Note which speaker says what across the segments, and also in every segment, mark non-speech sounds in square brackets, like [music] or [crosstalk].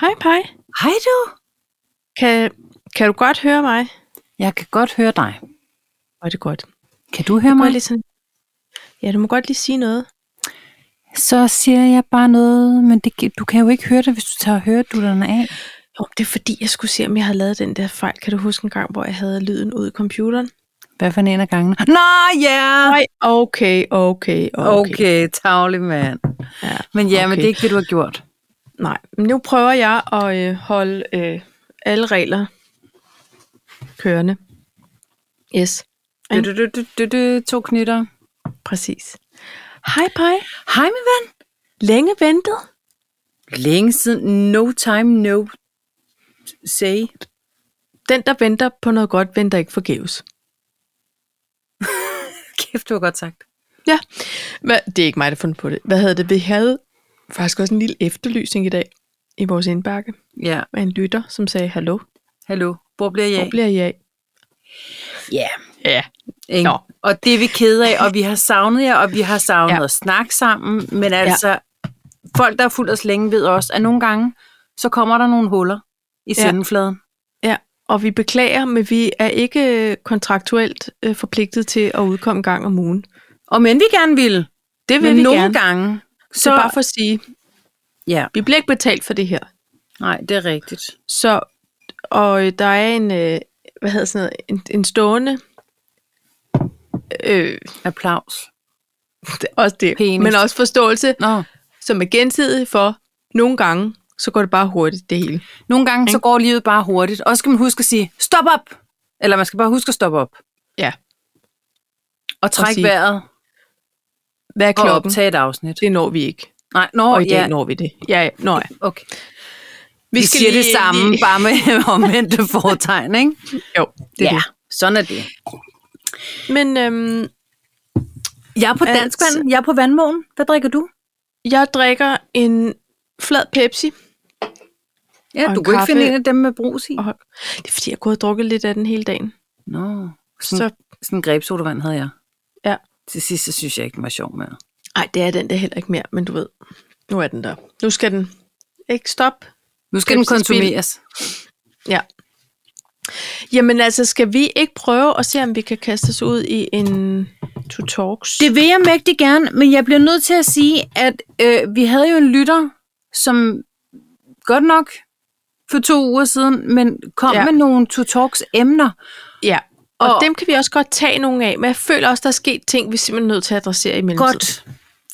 Speaker 1: Hej, Paj.
Speaker 2: Hej du.
Speaker 1: Kan, kan du godt høre mig?
Speaker 2: Jeg kan godt høre dig.
Speaker 1: Hvor er det godt.
Speaker 2: Kan du høre
Speaker 1: Må
Speaker 2: mig?
Speaker 1: jeg lige sådan... Ja, du må godt lige sige noget.
Speaker 2: Så siger jeg bare noget, men det, gi- du kan jo ikke høre det, hvis du tager høredutterne af.
Speaker 1: Jo, det er fordi, jeg skulle se, om jeg havde lavet den der fejl. Kan du huske en gang, hvor jeg havde lyden ud i computeren?
Speaker 2: Hvad for en af gangene? Nå, ja!
Speaker 1: Nej, okay, okay, Ah. okay.
Speaker 2: Okay, tavlig mand.
Speaker 1: Ja,
Speaker 2: Men ja, okay. men
Speaker 1: okay.
Speaker 2: det er ikke det, du har gjort.
Speaker 1: Nej, men nu prøver jeg at øh, holde øh, alle regler kørende. Yes,
Speaker 2: Du, du, du, du, du, du, to knytter.
Speaker 1: præcis. Hej, Paj.
Speaker 2: Hej, min ven.
Speaker 1: Længe ventet.
Speaker 2: Længe siden. No time, no say.
Speaker 1: Den, der venter på noget godt, venter ikke forgæves.
Speaker 2: Kæft, du har godt sagt.
Speaker 1: Ja, Hva, det er ikke mig, der har fundet på det. Hvad hedder det? Vi havde faktisk også en lille efterlysning i dag i vores indbakke
Speaker 2: Ja,
Speaker 1: med en lytter, som sagde, hallo,
Speaker 2: hallo. Hvor bliver jeg?
Speaker 1: hvor bliver I af?
Speaker 2: Ja.
Speaker 1: Ja.
Speaker 2: Ikke?
Speaker 1: Nå.
Speaker 2: Og det er vi kede af, og vi har savnet jer, og vi har savnet ja.
Speaker 1: Ja.
Speaker 2: at snakke sammen. Men altså, ja. folk, der har fulgt os længe, ved også, at nogle gange, så kommer der nogle huller i
Speaker 1: Ja.
Speaker 2: sendefladen.
Speaker 1: Ja, og vi beklager, men vi er ikke øh, kontraktuelt øh, forpligtet til at udkomme en gang om ugen.
Speaker 2: Og men vi gerne ville.
Speaker 1: Det vil
Speaker 2: men
Speaker 1: vi
Speaker 2: nogle
Speaker 1: gerne.
Speaker 2: gange,
Speaker 1: Så
Speaker 2: så...
Speaker 1: det er bare for at sige,
Speaker 2: Ja,
Speaker 1: vi bliver ikke betalt for det her.
Speaker 2: nej, det er rigtigt.
Speaker 1: Så, og øh, der er en, øh, hvad hedder sådan noget, en, en stående, øh,
Speaker 2: Applaus.
Speaker 1: også det,
Speaker 2: Penis.
Speaker 1: men også forståelse
Speaker 2: Nå.
Speaker 1: som er gensidig for, nogle gange, så går det bare hurtigt, det hele.
Speaker 2: Nogle gange, så går livet bare hurtigt. Og så skal man huske at sige, stop op! Eller man skal bare huske at stoppe op.
Speaker 1: Ja.
Speaker 2: Og trække
Speaker 1: sige,
Speaker 2: vejret
Speaker 1: Hvad er
Speaker 2: og
Speaker 1: klokken?
Speaker 2: optage et afsnit.
Speaker 1: Det når vi ikke.
Speaker 2: Nej, nå,
Speaker 1: Og i dag
Speaker 2: ja,
Speaker 1: når vi det. Ja, ja. Nå, ja.
Speaker 2: okay. Vi, vi siger lige, det samme, lige. bare med [laughs] omvendte foretegn, ikke?
Speaker 1: Jo, det er
Speaker 2: ja,
Speaker 1: det.
Speaker 2: sådan er det.
Speaker 1: Men øhm,
Speaker 2: Jeg er på
Speaker 1: Altså-
Speaker 2: dansk vand. Jeg er på vandmåen. Hvad drikker du?
Speaker 1: jeg drikker en flad Pepsi.
Speaker 2: Ja,
Speaker 1: Og
Speaker 2: du
Speaker 1: en
Speaker 2: kunne ikke
Speaker 1: kaffe.
Speaker 2: finde en af dem med brus i.
Speaker 1: Og det er fordi, jeg har gået og drukket lidt af den hele dagen.
Speaker 2: Nå,
Speaker 1: Så,
Speaker 2: sådan, sådan en grebsodavand havde jeg.
Speaker 1: Ja.
Speaker 2: Til sidst, så synes jeg ikke, den var sjov med.
Speaker 1: ej, det er den der heller ikke mere, men du ved, nu er den der. Nu skal den ikke stoppe.
Speaker 2: Nu skal den
Speaker 1: Pepsi-spil.
Speaker 2: konsumeres.
Speaker 1: Ja. Jamen altså, skal vi ikke prøve at se, om vi kan kaste os ud i en to talks?
Speaker 2: Det vil jeg mægtig gerne, men jeg bliver nødt til at sige, at øh, vi havde jo en lytter, som godt nok for to uger siden, men kom ja.
Speaker 1: Ja.
Speaker 2: med nogle to talks emner.
Speaker 1: Ja, og,
Speaker 2: Og-
Speaker 1: og dem kan vi også godt tage nogle af, men jeg føler også, der er sket ting, vi simpelthen er nødt til at adressere i mellemtiden.
Speaker 2: Godt.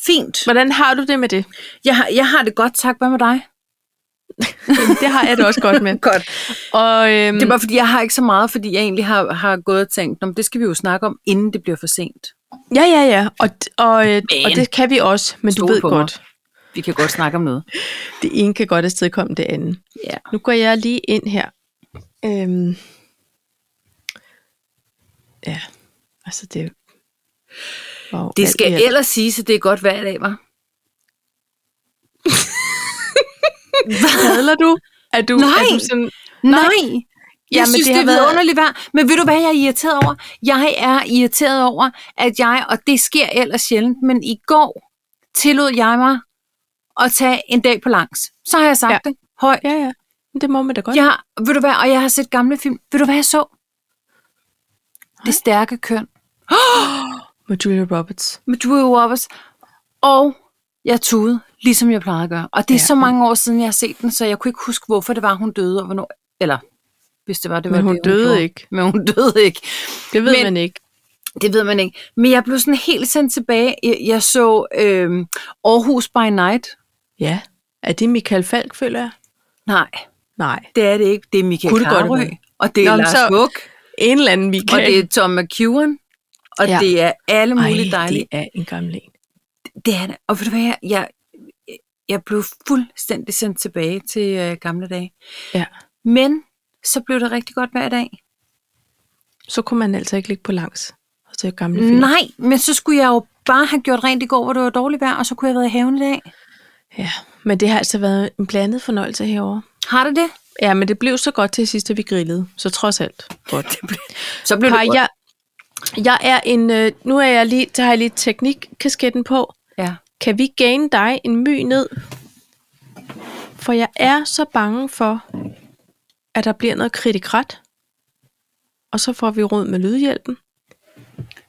Speaker 2: Fint.
Speaker 1: Hvordan har du det med det?
Speaker 2: Jeg har, jeg har det godt, tak. Hvad med dig?
Speaker 1: [laughs] Jamen, det har jeg det også godt med.
Speaker 2: Godt.
Speaker 1: Og, øhm,
Speaker 2: Det er bare, fordi jeg har ikke så meget, fordi jeg egentlig har, har gået og tænkt, "Nå, men det skal vi jo snakke om, inden det bliver for sent.
Speaker 1: Ja, ja, ja, og, og, øh,
Speaker 2: Man.
Speaker 1: og det kan vi også, men
Speaker 2: Stol
Speaker 1: du ved
Speaker 2: på mig.
Speaker 1: godt,
Speaker 2: Vi kan godt snakke om noget.
Speaker 1: det ene kan godt afstedkomme det andet.
Speaker 2: Ja.
Speaker 1: Nu går jeg lige ind her. Øhm, ja, altså det... Wow,
Speaker 2: Det skal ellers sige, at det er godt hver dag, var.
Speaker 1: Padler du? Er du,
Speaker 2: Nej.
Speaker 1: Er du sådan,
Speaker 2: Nej, jeg
Speaker 1: Jamen, det
Speaker 2: synes, det,
Speaker 1: har
Speaker 2: det er
Speaker 1: været-
Speaker 2: vidunderligt vejr. Men ved du, hvad jeg er irriteret over? Jeg er irriteret over, at jeg, og det sker ellers sjældent, men i går tillod jeg mig at tage en dag på langs. Så har jeg sagt ja.
Speaker 1: Ja.
Speaker 2: det højt.
Speaker 1: ja, ja, men det må man da godt.
Speaker 2: Jeg, ved du hvad, og jeg har set gamle film. Ved du, hvad jeg så? Det stærke køn.
Speaker 1: Med Julia Roberts.
Speaker 2: med Julia Roberts. Og jeg tude, ligesom jeg plejede at gøre. Og det er ja.
Speaker 1: Ja.
Speaker 2: så mange år siden, jeg har set den, så jeg kunne ikke huske, hvorfor det var, hun døde, og hvornår... Eller, hvis det var, det var
Speaker 1: Men hun
Speaker 2: det,
Speaker 1: døde
Speaker 2: gjorde.
Speaker 1: ikke.
Speaker 2: Men hun [laughs] døde ikke.
Speaker 1: Det ved
Speaker 2: Men-
Speaker 1: men, man ikke.
Speaker 2: Det ved man ikke. Men jeg blev sådan helt sendt tilbage. Jeg, jeg så øhm, Aarhus by Night.
Speaker 1: Ja. Er det Michael Falk, føler jeg?
Speaker 2: Nej,
Speaker 1: Nej.
Speaker 2: det er det ikke. Det er Michael
Speaker 1: Kunne det godt have
Speaker 2: Carøe,
Speaker 1: været?
Speaker 2: og det
Speaker 1: Nå,
Speaker 2: er Nå,
Speaker 1: men
Speaker 2: Lars
Speaker 1: så-
Speaker 2: Muck,
Speaker 1: En eller anden Michael.
Speaker 2: og det er Tom McEwan, og ja.
Speaker 1: Ja.
Speaker 2: det er alle mulige
Speaker 1: Ej,
Speaker 2: dejlige
Speaker 1: det er en gammel en.
Speaker 2: Det er det. Og ved du hvad, jeg, jeg, jeg blev fuldstændig sendt tilbage til øh, gamle dage.
Speaker 1: Ja.
Speaker 2: Men så blev det rigtig godt hver dag.
Speaker 1: Så kunne man altså ikke ligge på langs. Og så er gamle film.
Speaker 2: Nej, men så skulle jeg jo bare have gjort rent i går, hvor det var dårligt vejr, og så kunne jeg have været i haven i dag.
Speaker 1: Ja, men det har altså været en blandet fornøjelse herover.
Speaker 2: Har det det?
Speaker 1: Ja, men det blev så godt til sidst, at vi grillede. Så trods alt. Godt.
Speaker 2: Så blev
Speaker 1: Par,
Speaker 2: det godt.
Speaker 1: jeg, jeg er en, øh, nu er jeg lige, der har jeg lige teknikkasketten på.
Speaker 2: Ja.
Speaker 1: Kan vi gaine dig en my ned for jeg er så bange for, at der bliver noget kritikret, og så får vi råd med lydhjælpen.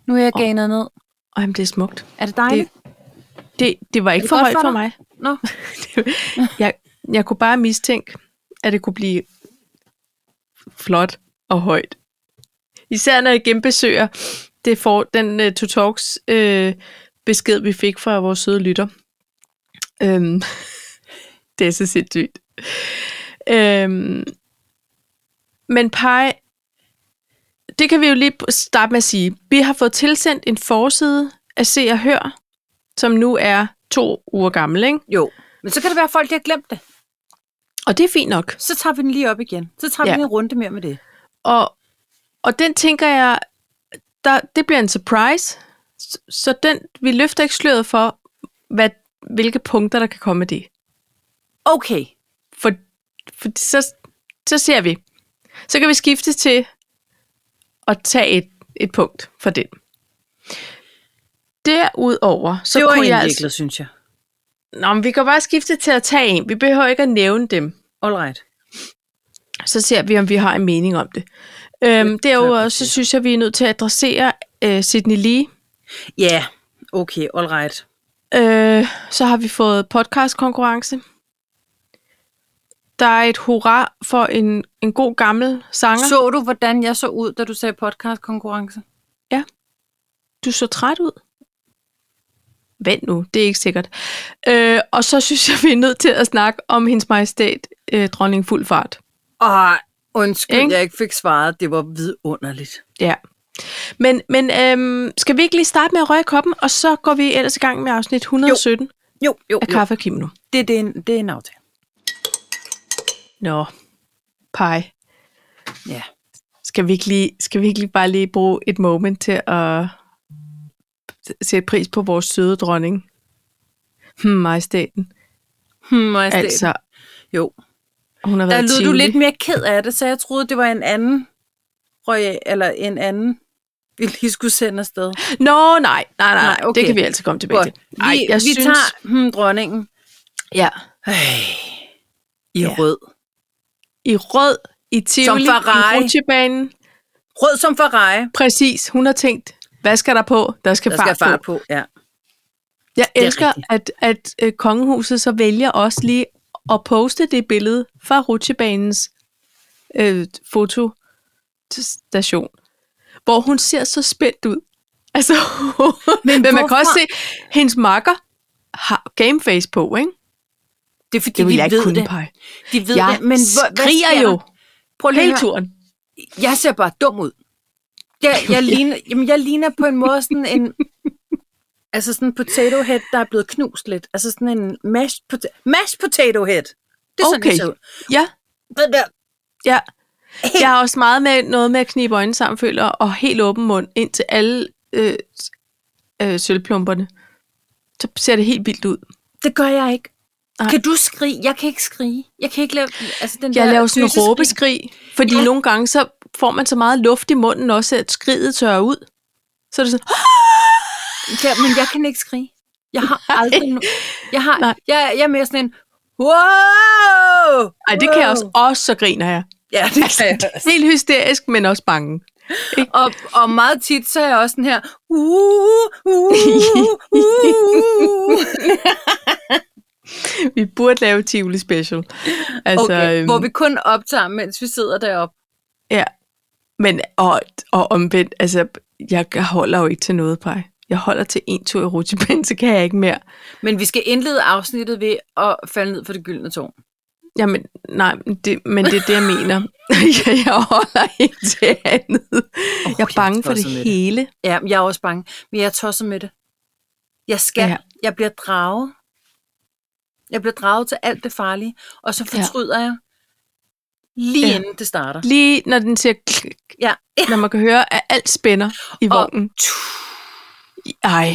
Speaker 2: Nu er jeg ganet ned.
Speaker 1: Og jamen, det er smukt.
Speaker 2: Er det dejligt?
Speaker 1: Det, det var ikke
Speaker 2: det
Speaker 1: for
Speaker 2: godt
Speaker 1: højt
Speaker 2: for
Speaker 1: for
Speaker 2: dig?
Speaker 1: mig.
Speaker 2: Nå.
Speaker 1: jeg, jeg kunne bare mistænke, at det kunne blive flot og højt. Især når jeg genbesøger det for, den uh, To Talks uh, besked, vi fik fra vores søde lytter. Um, [laughs] det er så sindssygt. Um, men Pai, det kan vi jo lige starte med at sige. Vi har fået tilsendt en forside af Se og Hør, som nu er to uger gammel, ikke?
Speaker 2: Jo. Men så kan det være, at folk de har glemt det.
Speaker 1: Og det er fint nok.
Speaker 2: Så tager vi den lige op igen. Så tager ja.
Speaker 1: Ja.
Speaker 2: vi lige en runde mere med det.
Speaker 1: Og, og den tænker jeg, der, det bliver en surprise. Så, så den, vi løfter ikke sløret for, hvad, hvilke punkter, der kan komme af det.
Speaker 2: Okay.
Speaker 1: For, for så, så ser vi. Så kan vi skifte til at tage et, et punkt for den. Derudover, så
Speaker 2: Så det var
Speaker 1: kunne jeg...
Speaker 2: indviklet,
Speaker 1: Altså,
Speaker 2: altså... synes jeg.
Speaker 1: nå, men vi kan bare skifte til at tage en. Vi behøver ikke at nævne dem.
Speaker 2: All right.
Speaker 1: så ser vi, om vi har en mening om det. Øhm, derudover så synes jeg, vi er nødt til at adressere øh, Sydney Lee.
Speaker 2: Ja, yeah. okay, all right.
Speaker 1: Øh, så har vi fået podcastkonkurrence. Der er et hurra for en, en god gammel sanger. Så...
Speaker 2: Så du, hvordan jeg så ud, da du sagde podcastkonkurrence?
Speaker 1: Du så træt ud. Vent nu, det er ikke sikkert. Øh, og så synes jeg, [laughs] vi er nødt til at snakke om hendes majestæt, øh, dronning fuld fart.
Speaker 2: Ej, undskyld,
Speaker 1: Ikke?
Speaker 2: jeg ikke fik svaret. Det var vidunderligt.
Speaker 1: Ja. Men, men øhm, skal vi ikke lige starte med at røge koppen, og så går vi ellers i gang med afsnit 117 jo.
Speaker 2: Jo, jo,
Speaker 1: af
Speaker 2: jo.
Speaker 1: Kaffe og Kimono.
Speaker 2: Altså, Det, det, er en, det er en aftale.
Speaker 1: Nå, pej.
Speaker 2: Ja.
Speaker 1: Skal vi, ikke lige, skal vi ikke lige bare lige bruge et moment til at s- sætte pris på vores søde dronning? Hmm, majestaten.
Speaker 2: Hmm, altså,
Speaker 1: Altså,
Speaker 2: jo.
Speaker 1: hun har
Speaker 2: Der
Speaker 1: været
Speaker 2: lød du
Speaker 1: Tivoli.
Speaker 2: lidt mere ked af det, så jeg troede, det var en anden royal, eller en anden, vi lige skulle sende afsted.
Speaker 1: Nå, nej, nej, nej, nej
Speaker 2: Nej,
Speaker 1: okay.
Speaker 2: okay.
Speaker 1: det kan vi altid komme tilbage
Speaker 2: Godt.
Speaker 1: til. Ej,
Speaker 2: Vi,
Speaker 1: jeg
Speaker 2: vi
Speaker 1: synes,
Speaker 2: tager hmm, dronningen
Speaker 1: ja,
Speaker 2: Øj, i
Speaker 1: Ja.
Speaker 2: rød.
Speaker 1: i rød, i Tivoli, i
Speaker 2: Ferrari.
Speaker 1: rutsjebanen.
Speaker 2: Rød som Ferrari.
Speaker 1: Præcis, hun har tænkt, hvad skal der på? Der skal,
Speaker 2: Der skal
Speaker 1: fart
Speaker 2: fart
Speaker 1: på.
Speaker 2: på. Ja.
Speaker 1: Jeg
Speaker 2: Det er
Speaker 1: elsker, at, at øh, kongehuset så vælger også lige at poste det billede fra rutsjebanens øh, fotostation, hvor hun ser så spændt ud. [laughs] Altså, men, men man kan
Speaker 2: hvorfor?
Speaker 1: også se, hendes makker har gameface på, ikke?
Speaker 2: Det er fordi,
Speaker 1: Det
Speaker 2: vi
Speaker 1: vil jeg ikke
Speaker 2: ved
Speaker 1: kunne
Speaker 2: det.
Speaker 1: pege.
Speaker 2: De ved
Speaker 1: Jeg
Speaker 2: det. Men hvor- hvad
Speaker 1: skriger
Speaker 2: sker
Speaker 1: jo
Speaker 2: der? Prøv lige at
Speaker 1: hele
Speaker 2: høre.
Speaker 1: turen.
Speaker 2: jeg ser bare dum ud. Jeg,
Speaker 1: [laughs]
Speaker 2: jeg, ligner, jamen, jeg ligner på en måde sådan en... Altså sådan en potato head, der er blevet knust lidt. Altså sådan en mashed, pota- mashed potato head. Det er sådan,
Speaker 1: Okay.
Speaker 2: det ser ud.
Speaker 1: Ja,
Speaker 2: Den der,
Speaker 1: ja.
Speaker 2: helt,
Speaker 1: Jeg
Speaker 2: ja.
Speaker 1: har også meget med noget med at knibe øjnene sammen, føler, og helt åben mund ind til alle øh, s- øh, sølvplumperne. Så ser det helt vildt ud.
Speaker 2: Det gør jeg ikke.
Speaker 1: Nej.
Speaker 2: Nej. Kan du skrige? Jeg kan ikke skrige. Jeg kan ikke lave... Altså den
Speaker 1: Jeg
Speaker 2: der
Speaker 1: laver sådan en
Speaker 2: tøseskrig.
Speaker 1: råbeskrig, fordi ja.
Speaker 2: Ja.
Speaker 1: nogle gange så får man så meget luft i munden også, at skridet tørrer ud. Så er det sådan,
Speaker 2: Ja, men jeg kan ikke skrige. Jeg
Speaker 1: [laughs]
Speaker 2: har aldrig... No- jeg, har,
Speaker 1: Nej.
Speaker 2: jeg, jeg er mere sådan en... Wow!
Speaker 1: ej, det kan jeg også, også så griner jeg.
Speaker 2: Ja, det
Speaker 1: [laughs]
Speaker 2: kan jeg også.
Speaker 1: Helt hysterisk, men også bange.
Speaker 2: Og, og meget tit, så er jeg også sådan her, uh, uh, uh,
Speaker 1: [laughs]
Speaker 2: uh.
Speaker 1: Vi burde lave Tivoli Special. Altså,
Speaker 2: Okay,
Speaker 1: øhm,
Speaker 2: hvor vi kun optager, mens vi sidder deroppe.
Speaker 1: ja. Men, og, og omvendt, altså, jeg holder jo ikke til noget, Paj. Jeg holder til en tur i rutsjebanen, [laughs] så kan jeg ikke mere.
Speaker 2: Men vi skal indlede afsnittet ved at falde ned for det gyldne tårn.
Speaker 1: Jamen, nej, men det, men det er det, jeg mener. [laughs] jeg jeg holder ikke til andet. Oh, jeg er bange for det
Speaker 2: tosset med det.
Speaker 1: hele.
Speaker 2: Ja, men jeg er også bange, men jeg er tosset med det. Jeg skal.
Speaker 1: Ja.
Speaker 2: Ja. Jeg bliver draget. Jeg bliver draget til alt det farlige, og så fortryder ja. jeg
Speaker 1: Ja.
Speaker 2: lige ja. inden det starter.
Speaker 1: Lige når den siger klik,
Speaker 2: Ja.
Speaker 1: når man kan høre, at alt spænder i
Speaker 2: Og-
Speaker 1: vognen. Ej.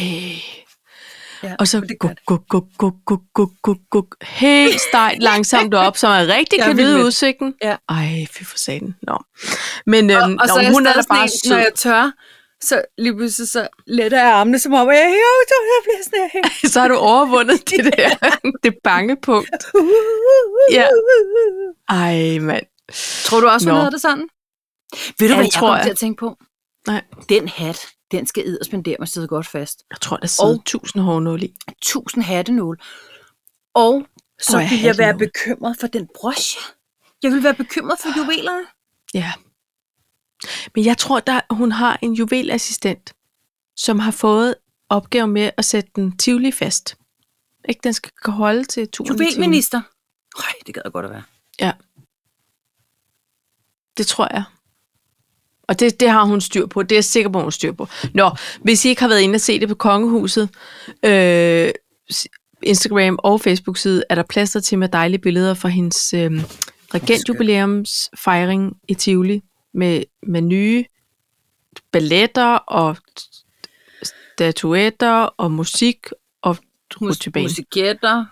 Speaker 2: ja.
Speaker 1: Og så
Speaker 2: det gør
Speaker 1: guk, guk, guk, guk, guk, guk, guk, guk. Helt
Speaker 2: [laughs]
Speaker 1: stejt langsomt op, så man rigtig
Speaker 2: Jeg er
Speaker 1: kan
Speaker 2: vild med
Speaker 1: nyde
Speaker 2: det.
Speaker 1: udsigten.
Speaker 2: Ja.
Speaker 1: Ej, fy for satan. Nå. Men
Speaker 2: Og,
Speaker 1: øhm,
Speaker 2: og så
Speaker 1: nå,
Speaker 2: er jeg
Speaker 1: hun er da
Speaker 2: stadig
Speaker 1: bare [laughs]
Speaker 2: sådan en, når
Speaker 1: sød.
Speaker 2: jeg tør, Så lige pludselig så letter jeg armene, som om jeg er helt jeg bliver sådan her.
Speaker 1: Så har du overvundet det der, [laughs] det bangepunkt. [laughs] Ja. Ej, mand.
Speaker 2: Tror du også, hun
Speaker 1: Nå.
Speaker 2: havde det sådan? Ved du,
Speaker 1: Ja,
Speaker 2: hvad
Speaker 1: det
Speaker 2: jeg
Speaker 1: tror
Speaker 2: kom
Speaker 1: jeg.
Speaker 2: til at tænke på?
Speaker 1: Nej.
Speaker 2: Den hat, den skal ed og spendere mig sidde godt fast.
Speaker 1: Jeg tror, der sidder
Speaker 2: Og-
Speaker 1: oh. tusind hårnål i.
Speaker 2: Tusind hattenål. Og så
Speaker 1: Og
Speaker 2: oh,
Speaker 1: jeg
Speaker 2: ville jeg være
Speaker 1: hattenål.
Speaker 2: bekymret for den broche. Jeg ville være bekymret for juvelerne.
Speaker 1: Ja. Men jeg tror, der hun har en juvelassistent, som har fået opgave med at sætte den tivoli fast. Ikke, den skal kunne holde til turen. i Tivoli.
Speaker 2: Juvelminister. Øj, det gad jeg godt at være.
Speaker 1: Det tror jeg. Og det, det har hun styr på. Det er jeg sikker på, hun har styr på. Nå, hvis I ikke har været inde og se det på Kongehuset, øh, s- Instagram og Facebook-side, er der plads til med dejlige billeder fra hendes øh, regentjubilæumsfejring i Tivoli med, med nye balletter og statuetter og musik og rutsjebane.
Speaker 2: Musiketter,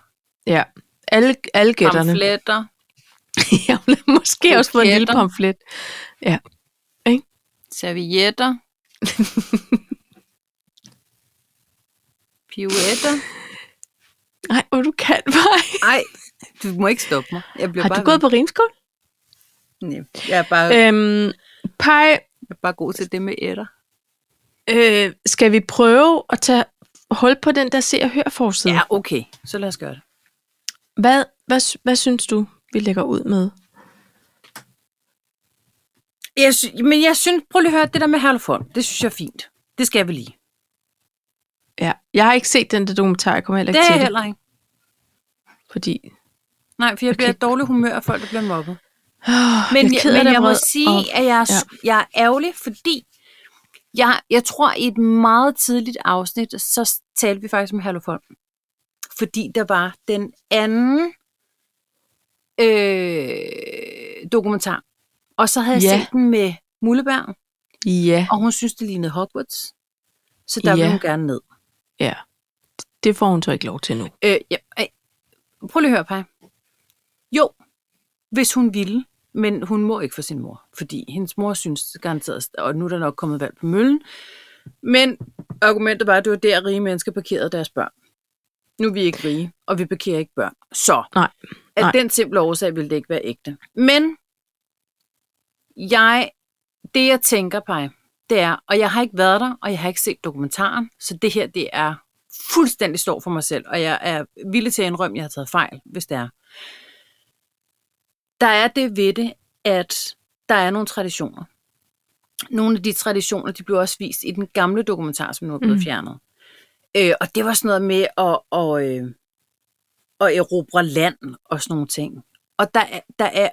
Speaker 1: Ja, alle, alle gætterne.
Speaker 2: pamfletter.
Speaker 1: [laughs] Ja, måske også få en lille
Speaker 2: Kroketter.
Speaker 1: pamflet.
Speaker 2: servietter, pirouetter.
Speaker 1: Nej, hvor du kan bare
Speaker 2: Nej, du må ikke stoppe mig. Jeg bliver
Speaker 1: Har
Speaker 2: bare
Speaker 1: du gået på rimskål?
Speaker 2: Nej, jeg er bare,
Speaker 1: Øhm, Pej,
Speaker 2: jeg er bare god til det med ætter.
Speaker 1: øh, skal vi prøve at tage hul på den der se og hør forside?
Speaker 2: Ja, okay. Så lad os gøre det.
Speaker 1: Hvad, hvad, sy- hvad synes du, vi lægger ud med?
Speaker 2: Jeg sy- men jeg synes, prøv lige at høre, det der med Herlufon, det synes jeg er fint. Det skal vi lige.
Speaker 1: Ja, jeg har ikke set den der dokumentar, jeg kommer heller
Speaker 2: Det
Speaker 1: ikke
Speaker 2: er
Speaker 1: til
Speaker 2: jeg
Speaker 1: det,
Speaker 2: heller ikke.
Speaker 1: fordi
Speaker 2: Nej, for jeg
Speaker 1: Okay.
Speaker 2: bliver i dårlig humør af folk, der bliver mobbet.
Speaker 1: oh,
Speaker 2: Men
Speaker 1: jeg, er
Speaker 2: jeg,
Speaker 1: ked af
Speaker 2: men
Speaker 1: det,
Speaker 2: jeg må
Speaker 1: vred,
Speaker 2: sige,
Speaker 1: og-
Speaker 2: at jeg er,
Speaker 1: ja.
Speaker 2: ja. jeg er ærgerlig, fordi jeg, jeg tror, i et meget tidligt afsnit, så s- talte vi faktisk med Herlufon. Fordi der var den anden øh, dokumentar. Og så havde jeg
Speaker 1: Ja.
Speaker 2: set den med Mulleberg,
Speaker 1: ja,
Speaker 2: og hun synes, det lignede Hogwarts. Så der
Speaker 1: Ja.
Speaker 2: ja. ville hun gerne ned.
Speaker 1: ja. Det får hun så ikke lov til nu.
Speaker 2: Øh, ja, ej. Prøv lige at høre, Paj. Jo, hvis hun ville, men hun må ikke for sin mor, fordi hendes mor synes garanteret, og nu er der nok kommet valg på møllen. Men argumentet var, at det var der, rige mennesker parkerede deres børn. Nu er vi ikke rige, og vi parkerer ikke børn. Så
Speaker 1: Nej,
Speaker 2: af
Speaker 1: nej.
Speaker 2: den simple årsag ville det ikke være ægte. Men jeg, det jeg tænker, Paj, det er, og jeg har ikke været der, og jeg har ikke set dokumentaren, så det her, det er fuldstændig står for mig selv, og jeg er villig til at indrømme, at jeg har taget fejl, hvis det er. Der er det ved det, at der er nogle traditioner. Nogle af de traditioner, de blev også vist i den gamle dokumentar, som nu er blevet mm.
Speaker 1: Mm.
Speaker 2: fjernet. Øh, og det var sådan noget med at, og, øh, at erobre land og sådan nogle ting. Og der, er- der, er,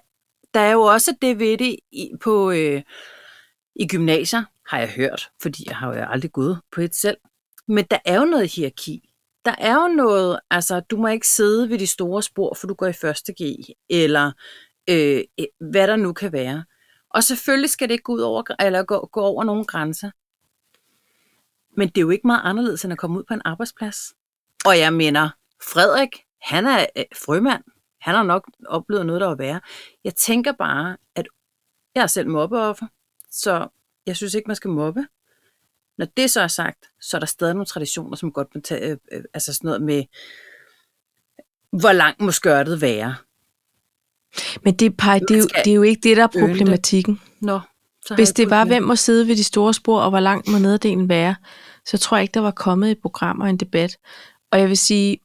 Speaker 2: der er jo også det ved det i, på, øh, i gymnasier, har jeg hørt, fordi jeg har jo aldrig gået på et selv. Men der er jo noget hierarki. Der er jo noget, altså du må ikke sidde ved de store spor, for du går i første G, eller øh, øh, hvad der nu kan være. Og selvfølgelig skal det ikke gå, ud over, eller gå, gå over nogle grænser. Men det er jo ikke meget anderledes, end at komme ud på en arbejdsplads. Og jeg mener, Frederik, han er øh, frømand. Han har nok oplevet noget, der var værre. Jeg tænker bare, at jeg er selv mobbeoffer, så jeg synes ikke, man skal mobbe. Når det så er sagt, så er der stadig nogle traditioner, som godt må tage, øh, øh, altså sådan noget med, hvor langt må skørtet være.
Speaker 1: Men det, Pej, det, er jo,
Speaker 2: skal
Speaker 1: det er jo ikke det, der er
Speaker 2: føle det.
Speaker 1: problematikken.
Speaker 2: Nå, så har
Speaker 1: Hvis
Speaker 2: jeg
Speaker 1: det
Speaker 2: kun
Speaker 1: var,
Speaker 2: den.
Speaker 1: hvem må sidde ved de store spor, og hvor langt må nederdelen være, så tror jeg ikke, der var kommet et program og en debat. Og jeg vil sige,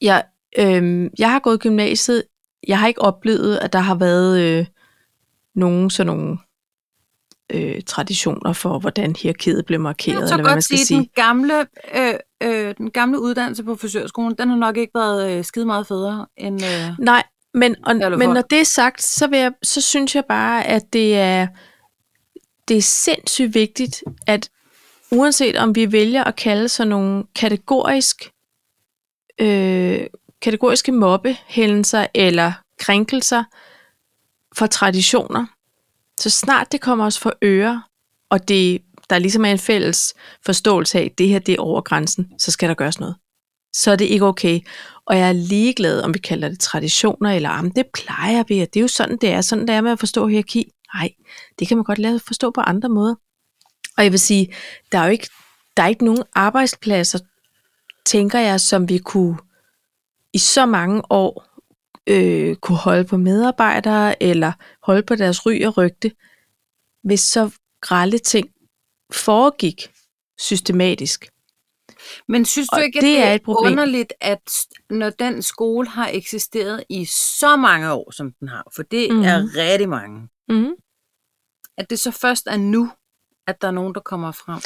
Speaker 1: jeg, øhm, jeg har gået i gymnasiet, jeg har ikke oplevet, at der har været øh, nogen sådan nogle øh, traditioner for, hvordan hierarkiet blev markeret,
Speaker 2: Jeg
Speaker 1: eller
Speaker 2: så
Speaker 1: hvad man
Speaker 2: godt
Speaker 1: skal
Speaker 2: sige,
Speaker 1: sige.
Speaker 2: den gamle, øh, øh, den gamle uddannelse på frisørskolen, den har nok ikke været øh, skide meget federe end... Øh,
Speaker 1: Nej, men, og,
Speaker 2: Eller
Speaker 1: men
Speaker 2: hvor-
Speaker 1: når det er sagt, så, vil jeg, så synes jeg bare, at det er, det er sindssygt vigtigt, at uanset om vi vælger at kalde sådan nogle kategorisk, øh, kategoriske mobbehændelser eller krænkelser for traditioner, så snart det kommer os for øre, og det, der ligesom er en fælles forståelse af, at det her det er over grænsen, så skal der gøres noget. Så er det ikke okay. Og jeg er ligeglad, om vi kalder det traditioner eller om det plejer vi, og det er jo sådan, det er. Sådan det er med at forstå hierarki. Nej, det kan man godt lade forstå på andre måder. Og jeg vil sige, der er jo ikke, der er ikke nogen arbejdspladser, tænker jeg, som vi kunne i så mange år øh, kunne holde på medarbejdere, eller holde på deres ry og rygte, hvis så grælde ting foregik systematisk.
Speaker 2: Men synes du
Speaker 1: Og
Speaker 2: ikke, at
Speaker 1: det
Speaker 2: det
Speaker 1: er
Speaker 2: er
Speaker 1: et problem.
Speaker 2: underligt, at s- når den skole har eksisteret i så mange år, som den har, for det
Speaker 1: Mhm.
Speaker 2: mm-hmm. er rigtig mange,
Speaker 1: Mm-hmm.
Speaker 2: at det så først er nu, at der er nogen, der kommer frem?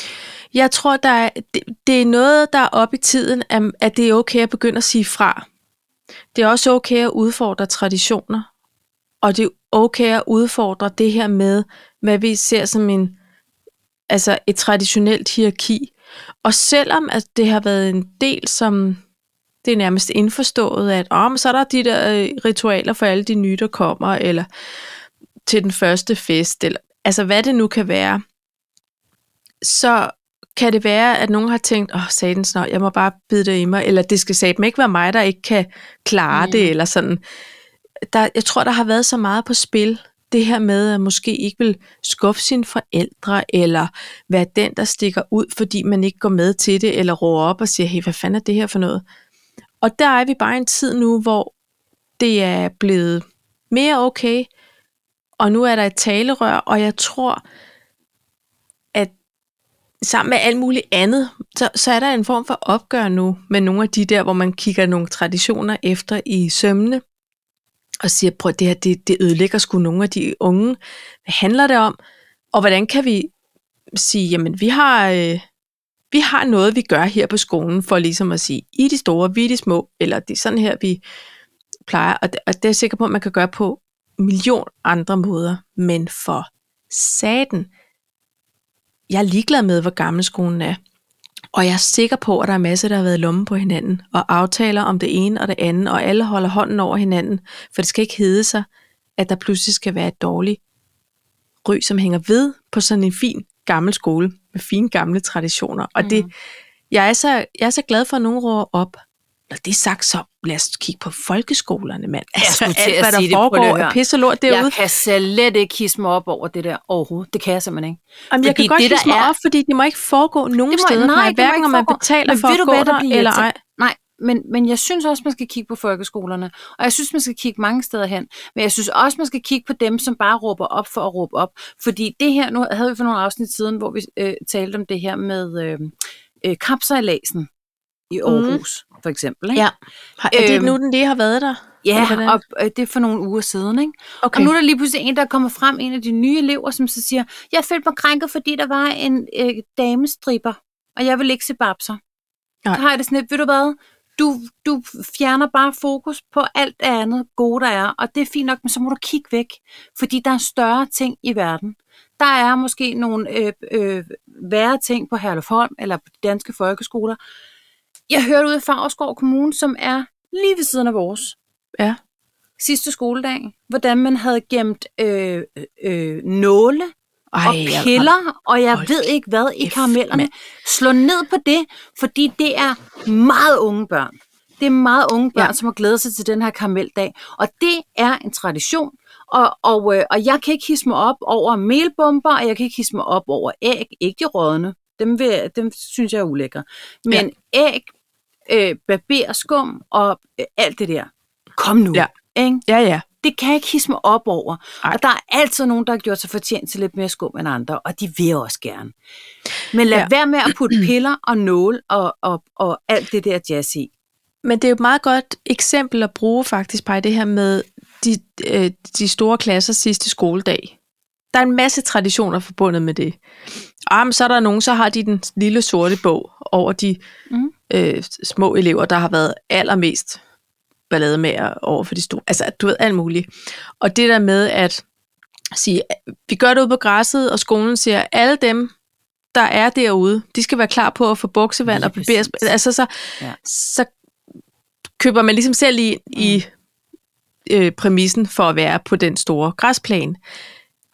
Speaker 1: Jeg tror, der er, det, det er noget, der er oppe i tiden, at, at det er okay at begynde at sige fra. Det er også okay at udfordre traditioner, og det er okay at udfordre det her med, hvad vi ser som en, altså et traditionelt hierarki. Og selvom at det har været en del, som det er nærmest indforstået, at oh, men så er der de der øh, ritualer for alle de nye, der kommer, eller til den første fest, eller altså hvad det nu kan være, så kan det være, at nogen har tænkt, åh, oh, satans, nå, jeg må bare bide det i mig, eller det skal satme ikke være mig, der ikke kan klare mm. det, eller sådan. Der, jeg tror, der har været så meget på spil, det her med, at måske ikke vil skuffe sine forældre, eller være den, der stikker ud, fordi man ikke går med til det, eller råber op og siger, hey, hvad fanden er det her for noget? Og der er vi bare i en tid nu, hvor det er blevet mere okay, og nu er der et talerør, og jeg tror, at sammen med alt muligt andet, så, så er der en form for opgør nu med nogle af de der, hvor man kigger nogle traditioner efter i sømmene, og siger, prøv det her, det, det ødelægger sgu nogle af de unge. Hvad handler det om? Og hvordan kan vi sige, jamen vi har, øh, vi har noget, vi gør her på skolen, for ligesom at sige, I er de store, vi er de små, eller det er sådan her, vi plejer. Og det, og det er jeg sikker på, at man kan gøre på million andre måder. Men for saten, jeg er ligeglad med, hvor gammel skolen er. Og jeg er sikker på, at der er masser, der har været i lommen på hinanden, og aftaler om det ene og det andet, og alle holder hånden over hinanden, for det skal ikke hedde sig, at der pludselig skal være et dårligt ry, som hænger ved på sådan en fin gammel skole med fine gamle traditioner. Og det,
Speaker 2: Mm.
Speaker 1: jeg, er så, jeg er så glad for, at nogen råber op. Når det er sagt, så lad os kigge på folkeskolerne, mand. Altså,
Speaker 2: skulle til
Speaker 1: alt,
Speaker 2: at
Speaker 1: hvad der
Speaker 2: sige det. Prøv lige at
Speaker 1: foregår af
Speaker 2: høre.
Speaker 1: pis og lort derude.
Speaker 2: Jeg kan slet ikke hisse mig op over det der overhovedet. Det kan jeg simpelthen ikke.
Speaker 1: Jamen, jeg
Speaker 2: Fordi
Speaker 1: kan godt
Speaker 2: det,
Speaker 1: det,
Speaker 2: der
Speaker 1: mig
Speaker 2: er-
Speaker 1: op, fordi det må ikke foregå nogen
Speaker 2: Det må-
Speaker 1: steder.
Speaker 2: nej,
Speaker 1: Nej,
Speaker 2: det må
Speaker 1: hverken
Speaker 2: ikke
Speaker 1: om man
Speaker 2: foregå.
Speaker 1: betaler
Speaker 2: Men
Speaker 1: for
Speaker 2: ved
Speaker 1: at
Speaker 2: du,
Speaker 1: gå
Speaker 2: hvad der
Speaker 1: der,
Speaker 2: bliver
Speaker 1: eller
Speaker 2: til?
Speaker 1: ej.
Speaker 2: Nej, men, men jeg synes også, man skal kigge på folkeskolerne, og jeg synes, man skal kigge mange steder hen. Men jeg synes også, man skal kigge på dem, som bare råber op for at råbe op. Fordi det her, nu havde vi for nogle afsnit siden, hvor vi øh, talte om det her med øh, øh, kapsejladsen i Aarhus, mm. for eksempel. Ikke?
Speaker 1: Ja. Har- Er det
Speaker 2: Øhm,
Speaker 1: nu, den lige har været der? Eller hvordan?
Speaker 2: ja og øh, det er for nogle uger siden. Ikke? Okay.
Speaker 1: okay.
Speaker 2: Og nu er der lige pludselig en, der kommer frem, en af de nye elever, som så siger, jeg følte mig krænket, fordi der var en øh, damestripper, og jeg vil ikke se babser.
Speaker 1: Nej.
Speaker 2: Nej. Der har jeg det sådan lidt, ved du hvad, du, du fjerner bare fokus på alt det andet gode, der er, og det er fint nok, men så må du kigge væk, fordi der er større ting i verden. Der er måske nogle øh, øh, værre ting på Herlufholm eller på de danske folkeskoler. Jeg hørte ude i Favreskov Kommune, som er lige ved siden af vores,
Speaker 1: Ja.
Speaker 2: sidste skoledag, hvordan man havde gemt øh, øh, nåle
Speaker 1: Ej,
Speaker 2: og
Speaker 1: jeg-
Speaker 2: piller, og jeg
Speaker 1: Hold
Speaker 2: ved ikke hvad, i
Speaker 1: kæft,
Speaker 2: karamellerne.
Speaker 1: mand.
Speaker 2: Slå ned på det, fordi det er meget unge børn. Det er meget unge børn,
Speaker 1: Ja.
Speaker 2: ja. som har glædet sig til den her karameldag. Og det er en tradition. Og, og, øh, og jeg kan ikke hisse mig op over melbomber, og jeg kan ikke hisse mig op over æg. Ikke de rådne. Dem, vil, dem synes jeg er ulækre. Men ja. æg, øh, barberskum og øh, alt det der. Kom nu.
Speaker 1: Ja.
Speaker 2: Ikke?
Speaker 1: Ja, ja.
Speaker 2: Det kan jeg ikke hisse mig op over.
Speaker 1: Ej.
Speaker 2: Ej. Og der er altid nogen, der har gjort sig fortjent til lidt mere skum end andre, og de vil også gerne. Men lad
Speaker 1: Ja.
Speaker 2: ja. være med at putte piller og nåle og, og, og alt det der jazz i.
Speaker 1: Men det er jo et meget godt eksempel at bruge faktisk på det her med de, øh, de store klasser sidste skoledag. Der er en masse traditioner forbundet med det. Ah, men så er der nogen, så har de den lille sorte bog over de mm.
Speaker 2: Mm.
Speaker 1: øh, små elever, der har været allermest ballade med over for de store. Altså, du ved, alt muligt. Og det der med at sige, vi gør det ude på græsset, og skolen siger, alle dem, der er derude, de skal være klar på at få buksevand
Speaker 2: Lige
Speaker 1: og barberes.
Speaker 2: præcis.
Speaker 1: Altså, så, ja.
Speaker 2: Ja.
Speaker 1: så køber man ligesom selv i, mm. i øh, præmissen for at være på den store græsplæne.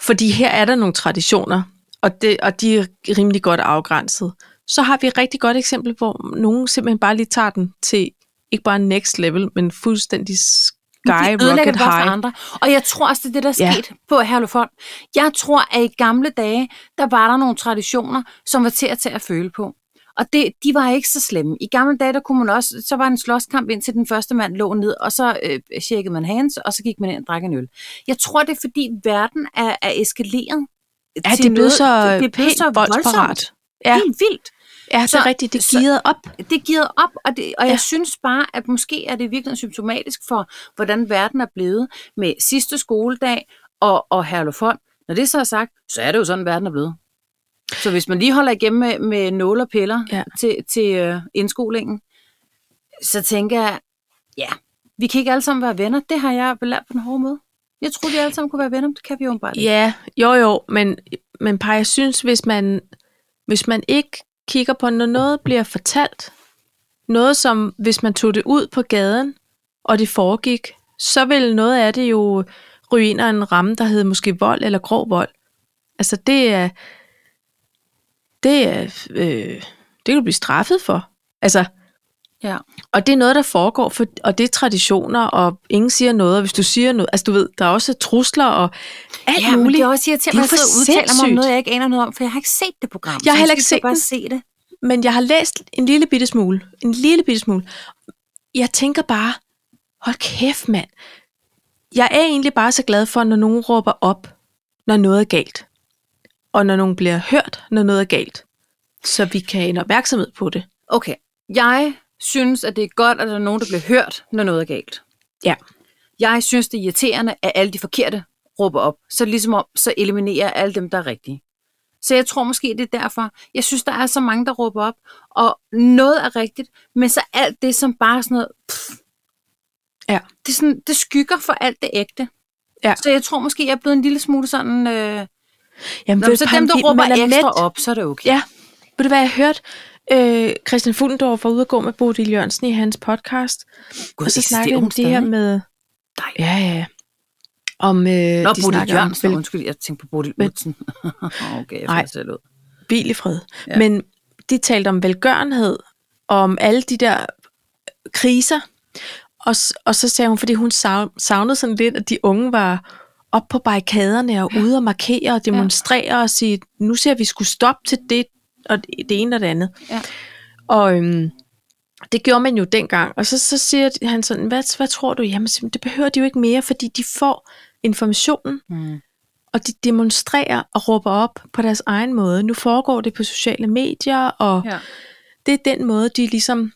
Speaker 1: Fordi her er der nogle traditioner, og, det, og de er rimelig godt afgrænset. Så har vi et rigtig godt eksempel, hvor nogen simpelthen bare lige tager den til ikke bare next level, men fuldstændig s- Guy
Speaker 2: de ødelægger
Speaker 1: Rocket
Speaker 2: det bare
Speaker 1: High.
Speaker 2: for andre. Og jeg tror også, det er det, der er
Speaker 1: Ja.
Speaker 2: sket på Herlufon. Jeg tror, at i gamle dage, der var der nogle traditioner, som var til at tage at føle på. Og det, de var ikke så slemme. I gamle dage, der kunne man også, så var en slåskamp indtil den første mand lå ned, og så øh, shakede man hands, og så gik man ind og drak en øl. Jeg tror, det er fordi verden er, er eskaleret.
Speaker 1: Ja,
Speaker 2: til
Speaker 1: det er blevet
Speaker 2: noget-
Speaker 1: så
Speaker 2: det, det er blevet
Speaker 1: pænt
Speaker 2: så
Speaker 1: voldsparat.
Speaker 2: voldsomt.
Speaker 1: Ja.
Speaker 2: Helt vildt
Speaker 1: Ja, det er
Speaker 2: Så-
Speaker 1: rigtigt. Det
Speaker 2: så-
Speaker 1: gider op.
Speaker 2: det givet op, og, det, og ja.
Speaker 1: Ja.
Speaker 2: jeg synes bare, at måske er det virkelig symptomatisk for, hvordan verden er blevet med sidste skoledag og, og herlofon. Når det så er sagt, så er det jo sådan, verden er blevet. Så hvis man lige holder igennem med, med nåle og piller
Speaker 1: Ja.
Speaker 2: ja. til, til øh, indskolingen, så tænker jeg, ja, vi kan ikke alle sammen være venner. Det har jeg lært på den hårde måde. Jeg troede, vi alle sammen kunne være venner, men det kan vi jo bare ikke.
Speaker 1: Ja, jo jo, men, men par, jeg synes, hvis man, hvis man ikke kigger på, når noget bliver fortalt, noget som, hvis man tog det ud på gaden, og det foregik, så ville noget af det jo ryge ind af en ramme, der hed måske vold eller grov vold. Altså det er, det er, øh, det kan du blive straffet for. Altså,
Speaker 2: Ja.
Speaker 1: og det er noget, der foregår, for, og det er traditioner, og ingen siger noget, og hvis du siger noget, altså du ved, der er også trusler og alt
Speaker 2: Ja, men
Speaker 1: muligt.
Speaker 2: det er også irriterende,
Speaker 1: Det er
Speaker 2: at jeg sidder
Speaker 1: for
Speaker 2: og udtaler mig om
Speaker 1: sindssygt.
Speaker 2: noget, jeg ikke aner noget om, for jeg har ikke set det program.
Speaker 1: Jeg har
Speaker 2: så
Speaker 1: heller ikke
Speaker 2: skal
Speaker 1: set
Speaker 2: bare
Speaker 1: den.
Speaker 2: se det.
Speaker 1: Men jeg har læst en lille bitte smule. En lille bitte smule. Jeg tænker bare, hold kæft mand. Jeg er egentlig bare så glad for, når nogen råber op, når noget er galt. Og når nogen bliver hørt, når noget er galt. Så vi kan have en opmærksomhed på det.
Speaker 2: Okay, jeg synes, at det er godt, at der er nogen, der bliver hørt, når noget er galt.
Speaker 1: Ja.
Speaker 2: Jeg synes, det er irriterende, at alle de forkerte råber op. Så ligesom om, så eliminerer jeg alle dem, der er rigtige. Så jeg tror måske, det er derfor. Jeg synes, der er så mange, der råber op, og noget er rigtigt, men så alt det, som bare er sådan noget, pff,
Speaker 1: Ja.
Speaker 2: det, er sådan, det skygger for alt det ægte.
Speaker 1: Ja.
Speaker 2: Så jeg tror måske, jeg er blevet en lille smule sådan, øh,
Speaker 1: Jamen,
Speaker 2: Nå, men så dem, der råber ekstra
Speaker 1: net,
Speaker 2: op, så er det okay.
Speaker 1: Ja, ved du hvad, jeg hørte øh, Christian Fuglendorf var ude at gå med Bodil Jørgensen i hans podcast.
Speaker 2: Gud,
Speaker 1: og så
Speaker 2: eksisterer
Speaker 1: snakkede
Speaker 2: hun
Speaker 1: om det her
Speaker 2: stadig?
Speaker 1: med...
Speaker 2: Nej.
Speaker 1: Ja, ja, ja. Om, øh,
Speaker 2: Nå,
Speaker 1: de
Speaker 2: Bodil
Speaker 1: snakker om
Speaker 2: Jørgensen.
Speaker 1: vel-
Speaker 2: Undskyld, jeg tænkte på Bodil
Speaker 1: Vel-
Speaker 2: Utsen. [laughs] okay, jeg
Speaker 1: Nej.
Speaker 2: fandt selv ud.
Speaker 1: hvil i fred.
Speaker 2: Ja.
Speaker 1: Ja. Men de talte om velgørenhed, og om alle de der kriser. Og, s- og så sagde hun, fordi hun sav- savnede sådan lidt, at de unge var op på barrikaderne og ude og markere og demonstrere ja. og sige, nu ser vi skulle stoppe til det, og det det ene og det andet.
Speaker 2: Ja.
Speaker 1: Og øhm, det gjorde man jo dengang. Og så, så siger han sådan, hvad, hvad tror du? Jamen, siger hun, det behøver de jo ikke mere, fordi de får informationen,
Speaker 2: Mm.
Speaker 1: og de demonstrerer og råber op på deres egen måde. Nu foregår det på sociale medier, og ja.
Speaker 2: Ja.
Speaker 1: det er den måde, de ligesom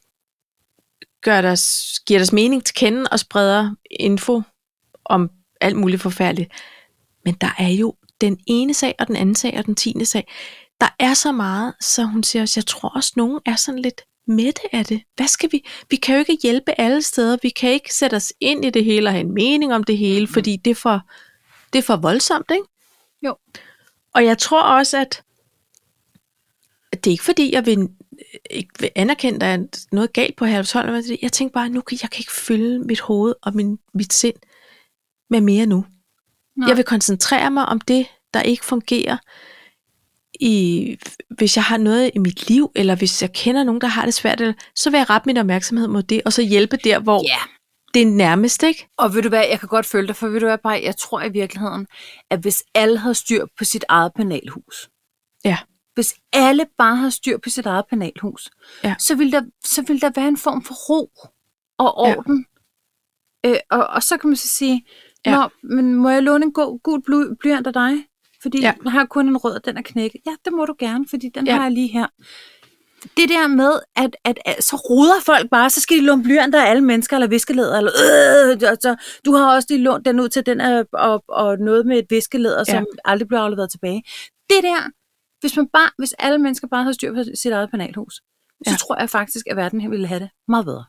Speaker 1: gør deres, giver deres mening til kende og spreder info om alt muligt forfærdeligt. Men der er jo den ene sag, og den anden sag, og den tiende sag. Der er så meget, så hun siger også, jeg tror også, nogen er sådan lidt mætte af det. Hvad skal vi? Vi kan jo ikke hjælpe alle steder. Vi kan ikke sætte os ind i det hele og have en mening om det hele, fordi det er for, det er for voldsomt, ikke?
Speaker 2: Jo.
Speaker 1: Og jeg tror også, at at det er ikke fordi, jeg vil, ikke vil anerkende, at der er noget galt på Herlevsholm. men Jeg tænker bare, nu kan jeg kan ikke fylde mit hoved og min, mit sind med mere nu.
Speaker 2: Nej.
Speaker 1: Jeg vil koncentrere mig om det, der ikke fungerer. I, hvis jeg har noget i mit liv, eller hvis jeg kender nogen, der har det svært, eller- så vil jeg rette min opmærksomhed mod det, og så hjælpe der, hvor yeah.
Speaker 2: Ja,
Speaker 1: det er nærmest, ikke?
Speaker 2: og ved du hvad, jeg kan godt følge dig, for ved du hvad, bare, jeg tror i virkeligheden, at hvis alle havde styr på sit eget penalhus,
Speaker 1: Ja.
Speaker 2: hvis alle bare havde styr på sit eget penalhus,
Speaker 1: Ja.
Speaker 2: så, ville der, så ville der være en form for ro og
Speaker 1: Ja.
Speaker 2: orden. Øh, og, og så kan man så sige,
Speaker 1: Ja.
Speaker 2: Nå, men må jeg låne en god, gul bly- blyant af dig? Fordi ja.
Speaker 1: Ja.
Speaker 2: jeg har kun en rød, og den er knækket. Ja, det må du gerne, fordi den ja.
Speaker 1: Ja.
Speaker 2: har jeg lige her. Det der med, at, at, at så ruder folk bare, så skal de låne blyanter af alle mennesker, eller viskelæder, eller øh, og så, du har også lige lånt den ud til den, og, og, og noget med et viskelæder, ja.
Speaker 1: Ja.
Speaker 2: som aldrig bliver afleveret tilbage. Det der, hvis, man bare, hvis alle mennesker bare havde styr på sit eget penalhus, ja.
Speaker 1: Ja.
Speaker 2: så tror jeg faktisk, at verden her ville have det meget bedre.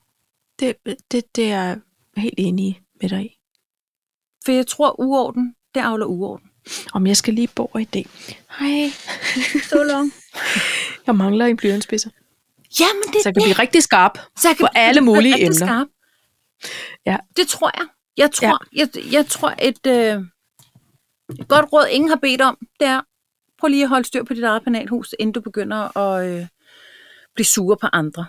Speaker 1: Det, det, det er jeg helt enig med dig i.
Speaker 2: For jeg tror, uorden, det afler uorden.
Speaker 1: Om jeg skal lige bo i dag. Hej,
Speaker 2: So long.
Speaker 1: jeg mangler en blyantspidser.
Speaker 2: Jamen, det
Speaker 1: Så
Speaker 2: er
Speaker 1: jeg kan blive rigtig skarp.
Speaker 2: Så jeg kan
Speaker 1: på alle mulige
Speaker 2: rigtig
Speaker 1: emner.
Speaker 2: Skarp.
Speaker 1: Ja.
Speaker 2: Det tror jeg. Jeg tror, ja. jeg, jeg tror et, øh, et godt råd, ingen har bedt om, det er, prøv lige at holde styr på dit eget penalhus, inden du begynder at øh, blive sur på andre,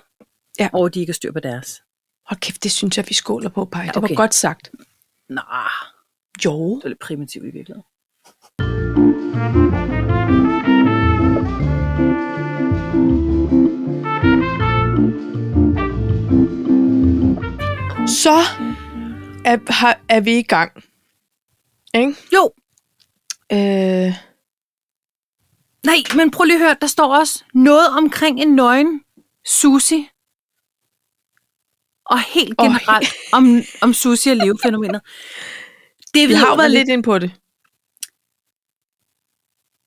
Speaker 1: Ja.
Speaker 2: over at de ikke har styr på deres.
Speaker 1: Og kæft, det synes jeg, vi skåler på, Paj. Ja,
Speaker 2: Ja,
Speaker 1: okay. Det
Speaker 2: okay.
Speaker 1: var godt sagt.
Speaker 2: Nej,
Speaker 1: Jo.
Speaker 2: det er lidt primitivt i virkeligheden.
Speaker 1: Så er, har, er vi i gang. Ikke?
Speaker 2: Jo,
Speaker 1: Øh,
Speaker 2: nej, men prøv lige at høre, der står også noget omkring en nøgen Susi. Og helt
Speaker 1: Øj.
Speaker 2: generelt om, om Susi og levefænomenet. Det
Speaker 1: vi har jo været
Speaker 2: vidunderligt.
Speaker 1: lidt inde på det.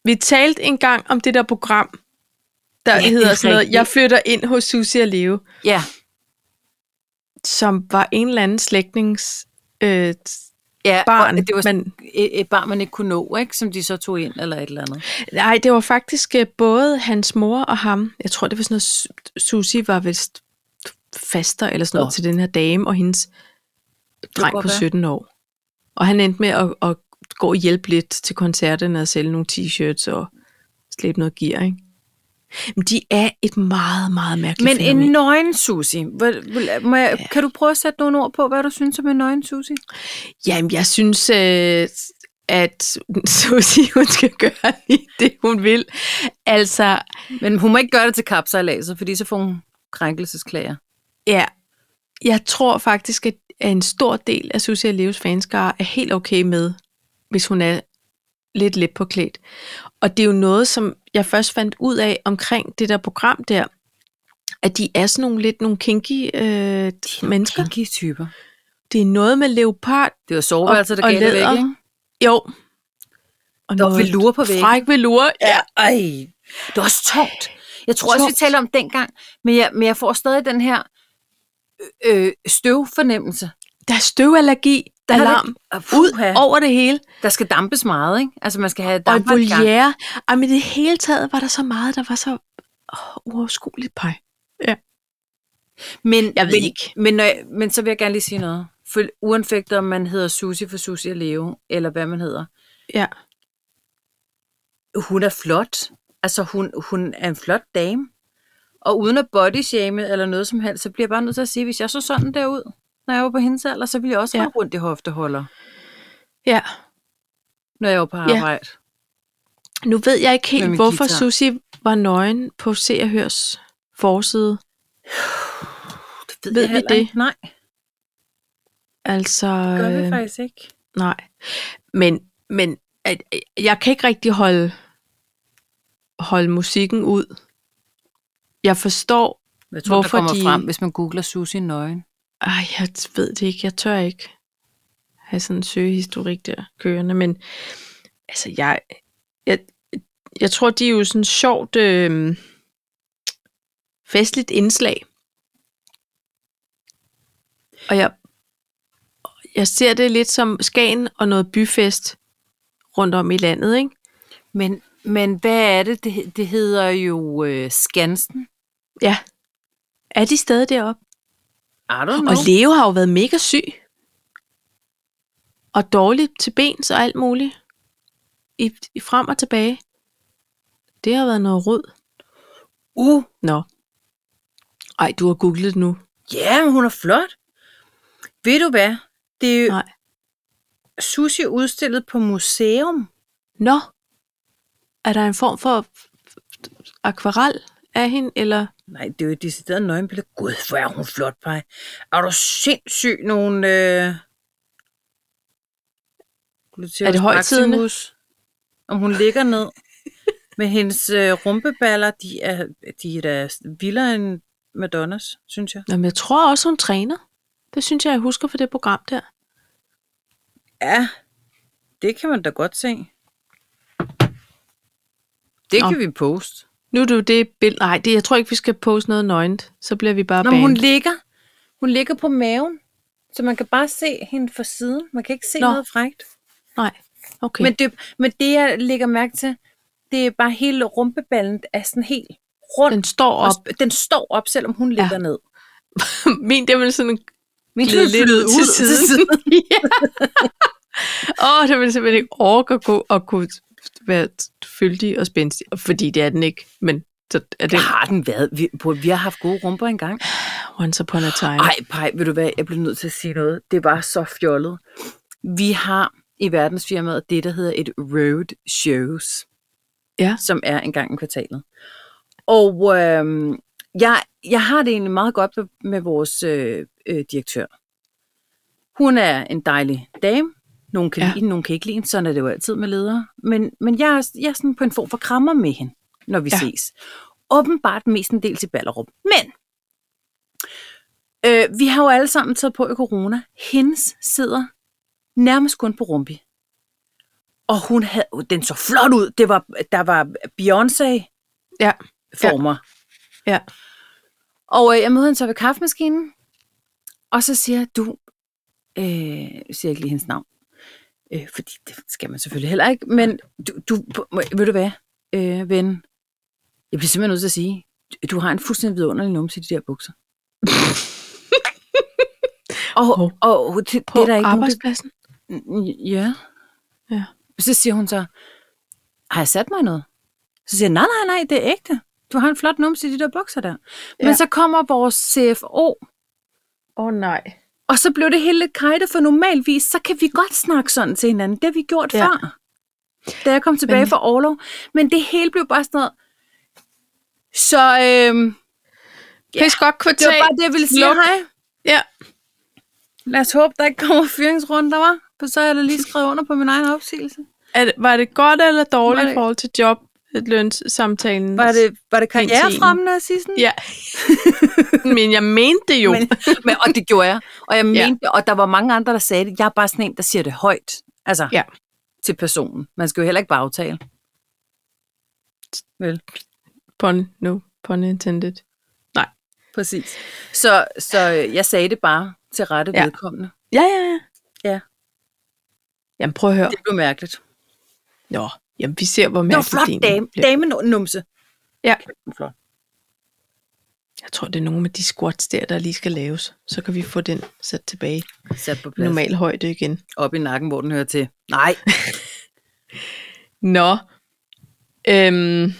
Speaker 1: Vi talte engang om det der program, der
Speaker 2: Ja,
Speaker 1: ja,
Speaker 2: det er
Speaker 1: hedder sådan noget,
Speaker 2: rigtigt.
Speaker 1: Jeg flytter ind hos Susie og Leo,
Speaker 2: Ja,
Speaker 1: som var en eller anden slægtnings øh,
Speaker 2: ja og
Speaker 1: barn.
Speaker 2: det var sådan
Speaker 1: men,
Speaker 2: et, et barn, man ikke kunne nå, ikke? som de så tog ind eller et eller andet.
Speaker 1: nej, det var faktisk øh, både hans mor og ham. Jeg tror, det var sådan noget, Su- Susie var vist faster eller sådan noget
Speaker 2: Nå.
Speaker 1: til den her dame og hendes dreng
Speaker 2: godt
Speaker 1: på
Speaker 2: være.
Speaker 1: 17 år. Og han endte med at, at gå og hjælpe lidt til koncerterne og sælge nogle t-shirts og slæbe noget gear, ikke? Men de er et meget, meget mærkeligt
Speaker 2: Men en
Speaker 1: fænomen.
Speaker 2: nøgen Susi, hvor- hvor- må jeg,
Speaker 1: Ja.
Speaker 2: kan du prøve at sætte nogle ord på, hvad du synes om en nøgen Susi?
Speaker 1: Jamen, jeg synes, øh, at [laughs] Susie, hun skal gøre lige det, hun vil. Altså,
Speaker 2: Men hun må ikke gøre det til kapsejladset, fordi så får hun krænkelsesklager.
Speaker 1: Ja, jeg tror faktisk, at at en stor del af Susie og Leos fanskare er helt okay med, hvis hun er lidt let på klædt. Og det er jo noget, som jeg først fandt ud af omkring det der program der, at de er sådan nogle lidt nogle kinky øh, mennesker.
Speaker 2: Kinky typer.
Speaker 1: Det er noget med leopard,
Speaker 2: Det var soveværelser, der
Speaker 1: Og- og
Speaker 2: gav det væk,
Speaker 1: læder.
Speaker 2: ikke?
Speaker 1: jo. Og
Speaker 2: Der var velour på væggen.
Speaker 1: Fræk velure, ja.
Speaker 2: Ej, det var også tungt. Jeg tror også, vi
Speaker 1: Tungt.
Speaker 2: talte om dengang, men jeg, men jeg får stadig den her øh, støvfornemmelse.
Speaker 1: Der er støvallergi, der
Speaker 2: er det-
Speaker 1: alarm,
Speaker 2: Ah,
Speaker 1: ud
Speaker 2: puha.
Speaker 1: over det hele.
Speaker 2: Der skal dampes meget, ikke? Altså, man skal have
Speaker 1: og
Speaker 2: dampet i gang.
Speaker 1: voliere. Ej, men i det hele taget var der så meget, der var så oh, uoverskueligt pej.
Speaker 2: Men,
Speaker 1: Jeg ved
Speaker 2: men,
Speaker 1: ikke.
Speaker 2: Men, når jeg, men så vil jeg gerne lige sige noget. For uanfægtet om man hedder Susi for Susi og Leo, eller hvad man hedder.
Speaker 1: Ja.
Speaker 2: Hun er flot. Altså, hun, hun er en flot dame. Og uden at bodyshame eller noget som helst, så bliver jeg bare nødt til at sige, hvis jeg så sådan derud, når jeg var på hendes alder, så ville jeg også
Speaker 1: Ja.
Speaker 2: ja. have rundt i hofteholder,
Speaker 1: Ja,
Speaker 2: når jeg var på
Speaker 1: Ja.
Speaker 2: arbejde.
Speaker 1: nu ved jeg ikke
Speaker 2: Med
Speaker 1: helt,
Speaker 2: min
Speaker 1: hvorfor
Speaker 2: guitar.
Speaker 1: Susi var nøgen på Se og Hørs forside.
Speaker 2: Det
Speaker 1: Ved
Speaker 2: jeg
Speaker 1: vi
Speaker 2: heller
Speaker 1: det?
Speaker 2: Ikke. Nej,
Speaker 1: Altså,
Speaker 2: det gør vi
Speaker 1: øh,
Speaker 2: faktisk ikke.
Speaker 1: nej. Men, men at, at jeg kan ikke rigtig holde, holde musikken ud. Jeg forstår,
Speaker 2: Jeg tror, der
Speaker 1: hvorfor
Speaker 2: kommer
Speaker 1: de-
Speaker 2: de... frem, hvis man googler Susi nøgen.
Speaker 1: Ej, jeg ved det ikke. Jeg tør ikke have sådan en søgehistorik der kørende, men altså, jeg, jeg, jeg tror, de er jo sådan sjovt øh, festligt indslag. Og jeg, jeg ser det lidt som Skagen og noget byfest rundt om i landet, ikke?
Speaker 2: Men, men hvad er det? Det, det hedder jo øh, Skansen.
Speaker 1: Ja. Er de stadig deroppe?
Speaker 2: I don't know.
Speaker 1: Og Leo har jo været mega syg. Og dårlig til bens og alt muligt. I, i frem og tilbage. Det har været noget rod.
Speaker 2: Uh,
Speaker 1: Nå. Ej, du har googlet det nu.
Speaker 2: ja, men hun er flot. Ved du hvad? Det er jo
Speaker 1: Nej.
Speaker 2: Susi udstillet på museum.
Speaker 1: Nå. Er der en form for akvarel af hende, eller?
Speaker 2: Nej, det er jo et decideret nøgenbillede. Gud, hvor er hun flot, Paj. Er du sindssyg nogle... Øh... Gluteus
Speaker 1: Er det højtidende?
Speaker 2: maximus. Om hun ligger ned. Men hendes øh, rumpeballer, de er, de er da vildere end Madonnas, synes jeg.
Speaker 1: Nå, men jeg tror også, hun træner. Det synes jeg, jeg husker fra det program der.
Speaker 2: Ja, det kan man da godt se. Det
Speaker 1: Nå.
Speaker 2: kan vi poste.
Speaker 1: Nu er det jo det billede. Nej, det, jeg tror ikke, vi skal poste noget nøgent. Så bliver vi bare
Speaker 2: Nå, men
Speaker 1: banet.
Speaker 2: hun ligger. Hun ligger på maven, så man kan bare se hende fra siden. Man kan ikke se
Speaker 1: Nå,
Speaker 2: Nå, noget frækt.
Speaker 1: Nej, okay.
Speaker 2: Men det, men det, jeg lægger mærke til, det er bare hele rumpeballen er sådan helt rundt.
Speaker 1: den står
Speaker 2: og
Speaker 1: op.
Speaker 2: sp- den står op, selvom hun ligger ned.
Speaker 1: Min, det er vel sådan
Speaker 2: Min
Speaker 1: glide lidt ud til siden. [laughs]
Speaker 2: siden.
Speaker 1: ja. Åh, oh, det vil simpelthen ikke orke at kunne, at kunne være fyldig og spændstig, fordi det er den ikke, men så er det
Speaker 2: Det har den været. Vi, på, vi har haft gode rumper engang.
Speaker 1: Ah, once upon a time.
Speaker 2: Ej, pej, vil du hvad, jeg blev nødt til at sige noget. Det var så fjollet. Vi har i verdensfirmaet det, der hedder et road shows,
Speaker 1: Ja.
Speaker 2: som er en gang i kvartalet. Og øh, jeg, jeg har det egentlig meget godt med, med vores øh, øh, direktør. Hun er en dejlig dame. Nogen kan
Speaker 1: Ja.
Speaker 2: ja. lide hende, nogen kan ikke lide hende. Sådan er det jo altid med ledere. Men, men jeg, er, jeg er sådan på en form for krammer med hende, når vi
Speaker 1: Ja.
Speaker 2: ja. ses. Åbenbart mestendels i Ballerup. Men øh, vi har jo alle sammen taget på i corona. Hendes sidder nærmest kun på rumpi. Og hun havde, den så flot ud. Det var, der var Beyoncé-former.
Speaker 1: Ja. Ja.
Speaker 2: Og øh, jeg møder hende så ved kaffemaskinen, og så siger jeg, du, øh, jeg siger ikke lige hendes navn, øh, fordi det skal man selvfølgelig heller ikke, men du, du må, ved du hvad, øh, ven, jeg bliver simpelthen nødt til at sige, du- du har en fuldstændig vidunderlig numse i de der bukser. [laughs] og, og det, det
Speaker 1: På
Speaker 2: er der ikke nogen, der
Speaker 1: arbejdspladsen.
Speaker 2: Mm, Ja.
Speaker 1: Ja.
Speaker 2: Så siger hun så, har jeg sat mig i noget? Så siger jeg, nej, nej, nej, det er ægte. Du har en flot numse i de der bukser der. Men
Speaker 1: Ja.
Speaker 2: så kommer vores CFO,
Speaker 1: Åh oh, nej.
Speaker 2: og så blev det hele lidt kajtet, for normalvis, så kan vi godt snakke sådan til hinanden. Det har vi gjort
Speaker 1: Ja.
Speaker 2: ja. før, da jeg kom tilbage
Speaker 1: Men-
Speaker 2: Men... fra Orlov. Men det hele blev bare sådan noget. Så øhm,
Speaker 1: Ja. Pis godt
Speaker 2: det
Speaker 1: kvartal.
Speaker 2: var bare det, jeg ville sige.
Speaker 1: Luk.
Speaker 2: Hej.
Speaker 1: Ja.
Speaker 2: Lad os håbe, der ikke kommer fyringsrunder, var. For så har jeg da lige skrevet under på min egen opsigelse.
Speaker 1: Er det, var det godt eller dårligt
Speaker 2: Var
Speaker 1: det...
Speaker 2: det-
Speaker 1: i forhold til joblønssamtalen?
Speaker 2: Var det, var det
Speaker 1: Hendes
Speaker 2: karrierefremmende sidst?
Speaker 1: Ja. [laughs] Men jeg mente det jo. Men...
Speaker 2: Men, [laughs] men, og det gjorde jeg. Og jeg
Speaker 1: Ja.
Speaker 2: mente, det, og der var mange andre, der sagde det. Jeg er bare sådan en, der siger det højt. Altså,
Speaker 1: Ja.
Speaker 2: til personen. Man skal jo heller ikke bagtale. Vel,
Speaker 1: Pun, no, pun intended.
Speaker 2: præcis. Så, så øh, jeg sagde det bare til rette
Speaker 1: Ja.
Speaker 2: ja. vedkommende.
Speaker 1: Ja, ja, ja.
Speaker 2: Ja.
Speaker 1: Jamen prøv at høre.
Speaker 2: Det blev mærkeligt.
Speaker 1: Nå, jamen vi ser, hvor
Speaker 2: Det var
Speaker 1: mærkeligt
Speaker 2: flot
Speaker 1: egentlig
Speaker 2: dame,
Speaker 1: bliver.
Speaker 2: dame numse.
Speaker 1: Ja.
Speaker 2: Flot.
Speaker 1: Jeg tror, det er nogle af de squats der, der lige skal laves. Så kan vi få den sat tilbage i
Speaker 2: Sat på plads. Normalt.
Speaker 1: normal højde igen.
Speaker 2: Op i nakken, hvor den hører til. Nej.
Speaker 1: Nå. Øhm.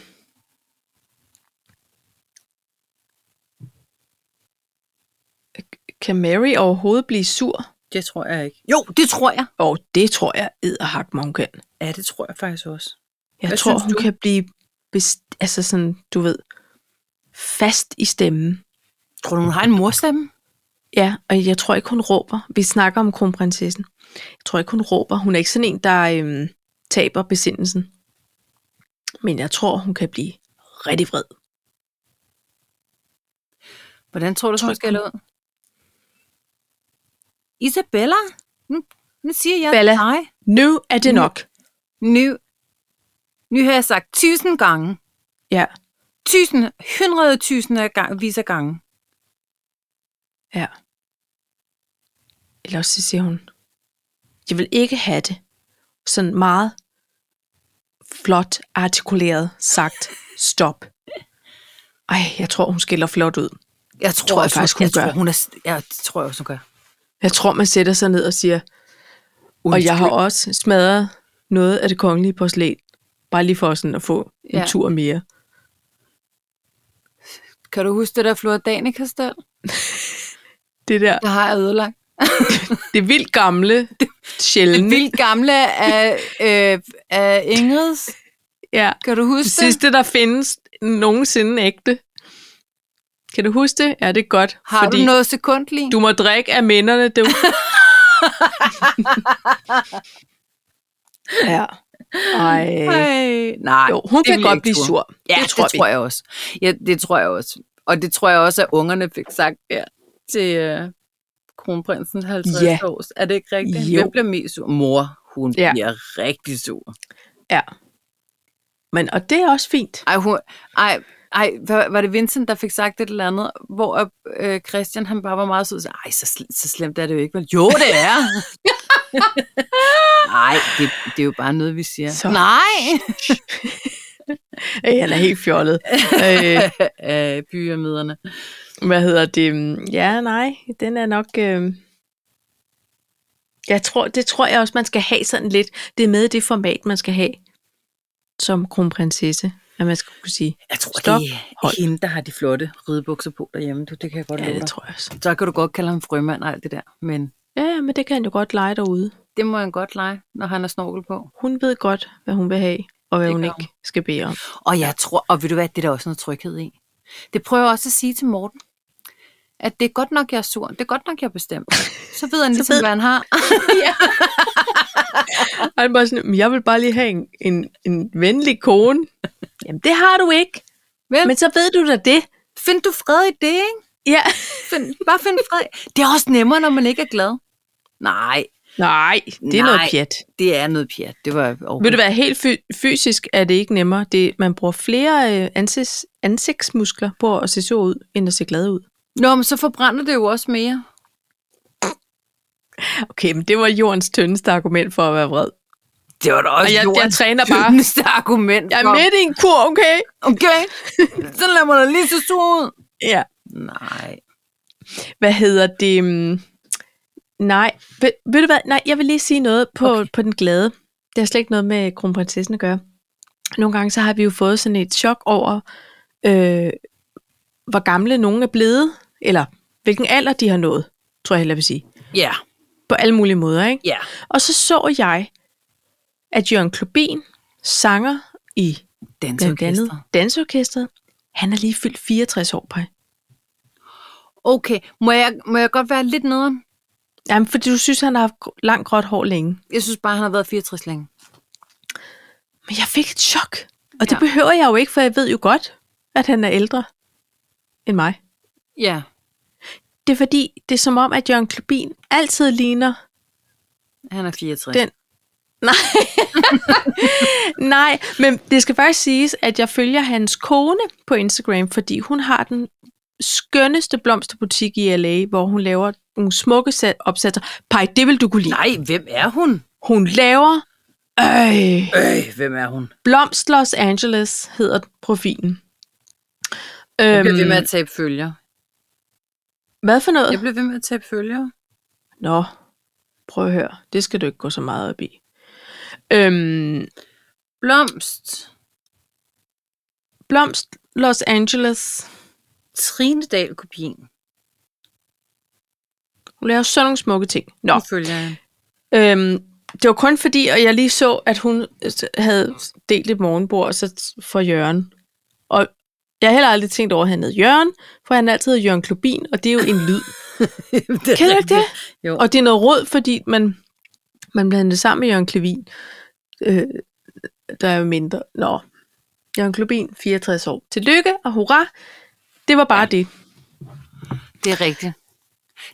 Speaker 1: Kan Mary overhovedet blive sur?
Speaker 2: Det tror jeg ikke. Jo, det tror jeg.
Speaker 1: Og det tror jeg, edderhak, hun kan.
Speaker 2: Ja, det tror jeg faktisk også.
Speaker 1: Jeg
Speaker 2: Hvad
Speaker 1: tror,
Speaker 2: synes
Speaker 1: hun
Speaker 2: du?
Speaker 1: kan blive best- altså sådan, du ved, fast i stemmen.
Speaker 2: Tror du, hun har en morstemme?
Speaker 1: Ja, og jeg tror ikke, hun råber. Vi snakker om kronprinsessen. Jeg tror ikke, hun råber. Hun er ikke sådan en, der øhm, taber besindelsen. Men jeg tror, hun kan blive rigtig vred.
Speaker 2: Hvordan tror du,
Speaker 1: Tror
Speaker 2: hun
Speaker 1: jeg
Speaker 2: skal ud? Isabella? Nu, nu siger jeg
Speaker 1: Bella.
Speaker 2: nej.
Speaker 1: Nu er det
Speaker 2: Nu-
Speaker 1: nok.
Speaker 2: Nu, nu har jeg sagt tusind gange.
Speaker 1: Ja,
Speaker 2: Tusind, hundrede tusinde gang, vis af gange.
Speaker 1: ja. Eller også så siger hun, jeg vil ikke have det. Sådan meget flot artikuleret sagt stop. Ej, jeg tror, hun skiller flot ud.
Speaker 2: Jeg
Speaker 1: Tror jeg
Speaker 2: også,
Speaker 1: faktisk, hun
Speaker 2: jeg
Speaker 1: gør.
Speaker 2: Tror, hun er, jeg tror jeg også, hun gør.
Speaker 1: Jeg tror, man sætter sig ned og siger, og jeg har også smadret noget af det kongelige porcelæn. Bare lige for sådan at få ja.
Speaker 2: Ja.
Speaker 1: en tur mere.
Speaker 2: Kan du huske det der Flora Danica-stel?
Speaker 1: Det der,
Speaker 2: Det har jeg ødelagt.
Speaker 1: det vildt
Speaker 2: [laughs]
Speaker 1: gamle,
Speaker 2: Den
Speaker 1: sjældne.
Speaker 2: vildt gamle af, øh, af Ingrids.
Speaker 1: Ja.
Speaker 2: Kan du huske
Speaker 1: Det sidste, der findes nogensinde ægte. Kan du huske det? Ja, det er godt.
Speaker 2: det? Har
Speaker 1: fordi
Speaker 2: du noget sekundlig?
Speaker 1: du må drikke af minderne.
Speaker 2: [laughs]
Speaker 1: Du. ja. Ej.
Speaker 2: Ej, nej.
Speaker 1: Jo, hun
Speaker 2: det
Speaker 1: kan
Speaker 2: vil jeg
Speaker 1: godt
Speaker 2: ikke
Speaker 1: blive
Speaker 2: turde.
Speaker 1: sur.
Speaker 2: Ja,
Speaker 1: det tror,
Speaker 2: det tror jeg også. Ja, det tror jeg også. Og det tror jeg også, at ungerne fik sagt der til øh, kronprinsen 50
Speaker 1: Ja.
Speaker 2: ja. års. Er det ikke rigtigt?
Speaker 1: Jo.
Speaker 2: Hvem bliver mest sur? Mor, hun
Speaker 1: Ja.
Speaker 2: ja. bliver rigtig sur.
Speaker 1: Ja. Men, og det er også fint.
Speaker 2: Ej, hun, ej, ej var, var det Vincent, der fik sagt et eller andet, hvor øh, Christian han bare var meget sød og sagde, ej, så, sl- så slemt er det jo ikke, vel? Jo, det [laughs] er. Nej, det, det er jo bare noget, vi siger.
Speaker 1: Så.
Speaker 2: Så. Nej!
Speaker 1: Ej, han er helt fjollet. øh,
Speaker 2: [laughs] øh, pyramiderne.
Speaker 1: hvad hedder det? Ja, nej, den er nok... Øh... Jeg tror, det tror jeg også, man skal have sådan lidt. Det er med i det format, man skal have som kronprinsesse, at man skal kunne sige.
Speaker 2: Jeg tror,
Speaker 1: Stop.
Speaker 2: Stop. det er
Speaker 1: Hold.
Speaker 2: hende, der har de flotte ridebukser på derhjemme. Du, det kan jeg godt
Speaker 1: Ja,
Speaker 2: lide.
Speaker 1: det tror jeg også.
Speaker 2: Så kan du godt kalde ham frømand og alt det der. Men
Speaker 1: Ja, ja, men det kan han jo godt lege derude.
Speaker 2: Det må han godt lege, når han har snorkel på.
Speaker 1: Hun ved godt, hvad hun vil have, og hvad
Speaker 2: Det
Speaker 1: hun
Speaker 2: gør
Speaker 1: ikke skal bede om.
Speaker 2: Og jeg tror, og ved du hvad, det er der også noget tryghed i. Det prøver jeg også at sige til Morten, at det er godt nok, jeg er sur. Det er godt nok, jeg bestemmer. [laughs] Så ved han ligesom,
Speaker 1: ved-
Speaker 2: hvad han har.
Speaker 1: Og han bare sådan, "Men jeg vil bare lige have en, en, en venlig kone. Jamen, det har du ikke.
Speaker 2: Vel?
Speaker 1: Men så ved du da det.
Speaker 2: Find du fred i det, ikke?
Speaker 1: Ja.
Speaker 2: Find, bare find fred. i- Det er også nemmere, når man ikke er glad. Nej,
Speaker 1: [laughs] Nej, det er
Speaker 2: Nej.
Speaker 1: noget pjat.
Speaker 2: det er noget pjat. Det var overhovedet.
Speaker 1: Vil du være helt fy- fysisk, er det ikke nemmere. Det, man bruger flere øh, ansigts, ansigtsmuskler på at se så ud, end at se glad ud.
Speaker 2: Nå, men så forbrænder det jo også mere.
Speaker 1: Okay, men det var jordens tyndeste argument for at være vred.
Speaker 2: Det var da også
Speaker 1: Og jeg, jeg
Speaker 2: jordens
Speaker 1: træner bare.
Speaker 2: tyndeste argument.
Speaker 1: Jeg er
Speaker 2: for-
Speaker 1: midt i en kur, okay?
Speaker 2: Okay, så lad mig da lige se sur ud.
Speaker 1: Ja.
Speaker 2: Nej.
Speaker 1: Hvad hedder det? mm, Nej, ved, ved du hvad? Nej, jeg vil lige sige noget på, okay.
Speaker 2: Okay.
Speaker 1: på den glade. Det har slet ikke noget med kronprinsessen at gøre. Nogle gange så har vi jo fået sådan et chok over, øh, hvor gamle nogen er blevet, eller hvilken alder de har nået, tror jeg hellere vil sige.
Speaker 2: Ja,
Speaker 1: På alle mulige måder, ikke?
Speaker 2: ja.
Speaker 1: Og så så jeg, at Jørgen Klubin, sanger i blandt andet
Speaker 2: Dansorkester.
Speaker 1: Dansorkestret, han er lige fyldt 64 år på.
Speaker 2: Okay, må jeg, må jeg godt være lidt nederen?
Speaker 1: Jamen, fordi du synes, han har haft gr- langt gråt hår længe.
Speaker 2: Jeg synes bare, han har været 64 længe.
Speaker 1: Men jeg fik et chok. Og det ja.
Speaker 2: Ja.
Speaker 1: behøver jeg jo ikke, for jeg ved jo godt, at han er ældre end mig.
Speaker 2: Ja.
Speaker 1: Det er fordi, det er som om, at Jørgen Klubin altid ligner...
Speaker 2: Han er 64.
Speaker 1: Den- Nej, men det skal faktisk siges, at jeg følger hans kone på Instagram, fordi hun har den skønneste blomsterbutik i LA, hvor hun laver nogle smukke sæt- opsatser. Pej, det vil du kunne lide.
Speaker 2: Nej, hvem er hun?
Speaker 1: Hun laver... Øh,
Speaker 2: Øh, hvem er hun?
Speaker 1: Blomst Los Angeles hedder profilen.
Speaker 2: Jeg bliver
Speaker 1: Øhm,
Speaker 2: ved med at tabe følger.
Speaker 1: hvad for noget?
Speaker 2: Jeg bliver ved med at tabe følger.
Speaker 1: Nå, prøv at høre. Det skal du ikke gå så meget op i. Øhm,
Speaker 2: Blomst.
Speaker 1: Blomst Los Angeles.
Speaker 2: Trinedal kopien.
Speaker 1: Hun laver sådan nogle smukke ting. Nå,
Speaker 2: Nu [laughs] følger jeg.
Speaker 1: øhm, det var kun fordi, at jeg lige så, at hun øh, havde delt et morgenbord så for Jørgen. Og jeg har heller aldrig tænkt over, at han hed Jørgen, for han har altid hed Jørgen Klubin, og det er jo en lyd. [laughs]
Speaker 2: det
Speaker 1: Kan du ikke det?
Speaker 2: Jo.
Speaker 1: Og det er noget råd, fordi man, man blandede sammen med Jørgen Klevin, øh, der er jo mindre. Nå, Jørgen Klevin, 64 år. Tillykke og hurra. Det var bare ja. det.
Speaker 2: Det er rigtigt.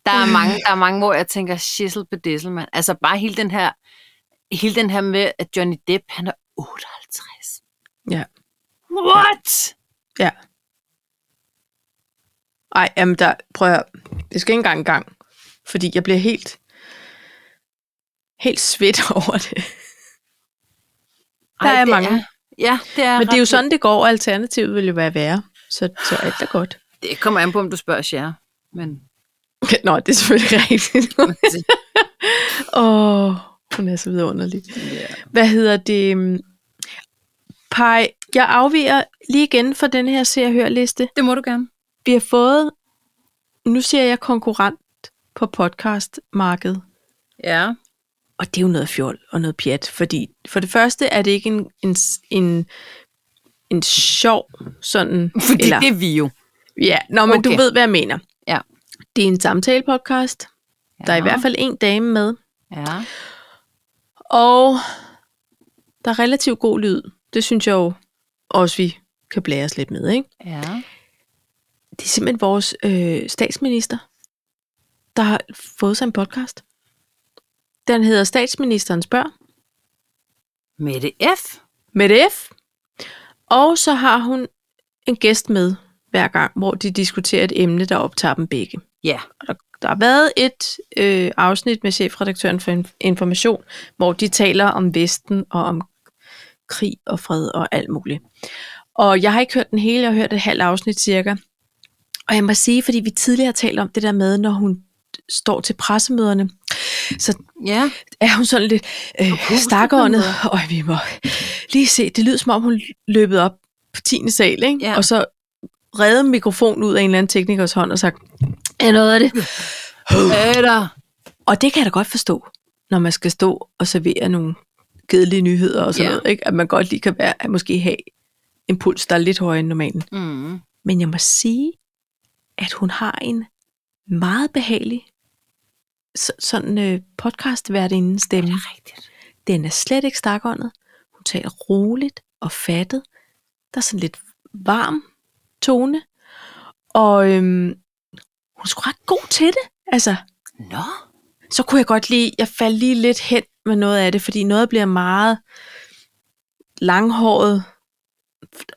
Speaker 2: Der
Speaker 1: Øh.
Speaker 2: er mange, der er mange hvor jeg tænker, shizzle på dissel, mand. Altså bare hele den her, hele den her med, at Johnny Depp, han er 58.
Speaker 1: Ja.
Speaker 2: What?
Speaker 1: Ja. Ej, jamen der, prøv at høre. Det skal ikke engang en gang. Fordi jeg bliver helt, helt svedt [laughs] over det. Der er
Speaker 2: det
Speaker 1: mange.
Speaker 2: Ja, det er
Speaker 1: Men det er jo
Speaker 2: ret
Speaker 1: sådan, det går, og alternativet ville jo være værre. Så, så alt er godt. [laughs]
Speaker 2: vildt. Det kommer an på, om du spørger jer. Men
Speaker 1: Nå, det er selvfølgelig rigtigt. Åh, oh, hun er så vidunderlig.
Speaker 2: Ja.
Speaker 1: Hvad hedder det? mm, Pej, jeg afviger lige igen fra den her se- og hørliste.
Speaker 2: det må du gerne.
Speaker 1: Vi har fået, nu ser jeg konkurrent på podcastmarkedet.
Speaker 2: Ja.
Speaker 1: Og det er jo noget fjol og noget pjat, fordi for det første er det ikke en, en, en, en sjov sådan...
Speaker 2: [laughs] Fordi Eller... det er vi jo.
Speaker 1: Ja, nå, men okay. du
Speaker 2: Okay.
Speaker 1: ved, hvad jeg mener.
Speaker 2: Ja.
Speaker 1: Det er en samtalepodcast. Ja. Der er i hvert fald en dame med.
Speaker 2: Ja.
Speaker 1: Og der er relativt god lyd. Det synes jeg jo også, vi kan blære os lidt med. Ikke?
Speaker 2: Ja.
Speaker 1: Det er simpelthen vores øh, statsminister, der har fået sig en podcast. Den hedder Statsministeren spørger
Speaker 2: Mette F.
Speaker 1: med et F. Og så har hun en gæst med hver gang, hvor de diskuterer et emne, der optager dem begge.
Speaker 2: Ja.
Speaker 1: Og Der, der har været et øh, afsnit med chefredaktøren for Inf- Information, hvor de taler om Vesten og om krig og fred og alt muligt. Og jeg har ikke hørt den hele, jeg har hørt et halvt afsnit cirka. Og jeg må sige, fordi vi tidligere har talt om det der med, når hun står til pressemøderne, så
Speaker 2: Ja.
Speaker 1: er hun sådan lidt øh, stakåndet, og [laughs] vi må lige se, det lyder som om hun løbet op på 10. sal, ikke?
Speaker 2: Ja.
Speaker 1: og så redde mikrofonen ud af en eller anden teknikers hånd og sagt, er noget af det?
Speaker 2: Peter.
Speaker 1: Og det kan jeg da godt forstå. når man skal stå og servere nogle kedelige nyheder og sådan
Speaker 2: Ja.
Speaker 1: yeah. noget, ikke? at man godt lige kan være, at måske have en puls, der er lidt højere end normalen.
Speaker 2: Mm.
Speaker 1: Men jeg må sige, at hun har en meget behagelig så, sådan øh, podcast værtinde stemme.
Speaker 2: rigtigt?
Speaker 1: Den er slet ikke stakåndet. Hun taler roligt og fattet. Der er sådan lidt varm tone. Og øhm, hun er sgu ret god til det. Altså,
Speaker 2: Nå.
Speaker 1: så kunne jeg godt lige, jeg faldt lige lidt hen med noget af det, fordi noget bliver meget langhåret,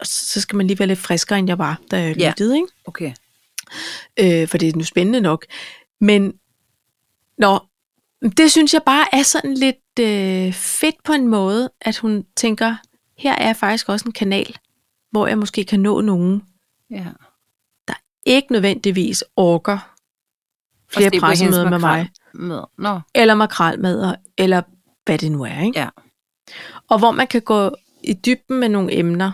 Speaker 1: og så skal man lige være lidt friskere, end jeg var, da jeg
Speaker 2: Ja.
Speaker 1: lyttede, ikke?
Speaker 2: Okay.
Speaker 1: øh, for det er nu spændende nok. Men nå, det synes jeg bare er sådan lidt øh, fedt på en måde, at hun tænker, her er faktisk også en kanal, hvor jeg måske kan nå nogen,
Speaker 2: Ja.
Speaker 1: ikke nødvendigvis orker flere
Speaker 2: Og se på hendes
Speaker 1: pressemøder med mig,
Speaker 2: makrelmad. Nå.
Speaker 1: eller makralmadder, eller hvad det nu er. Ikke?
Speaker 2: Ja.
Speaker 1: Og hvor man kan gå i dybden med nogle emner,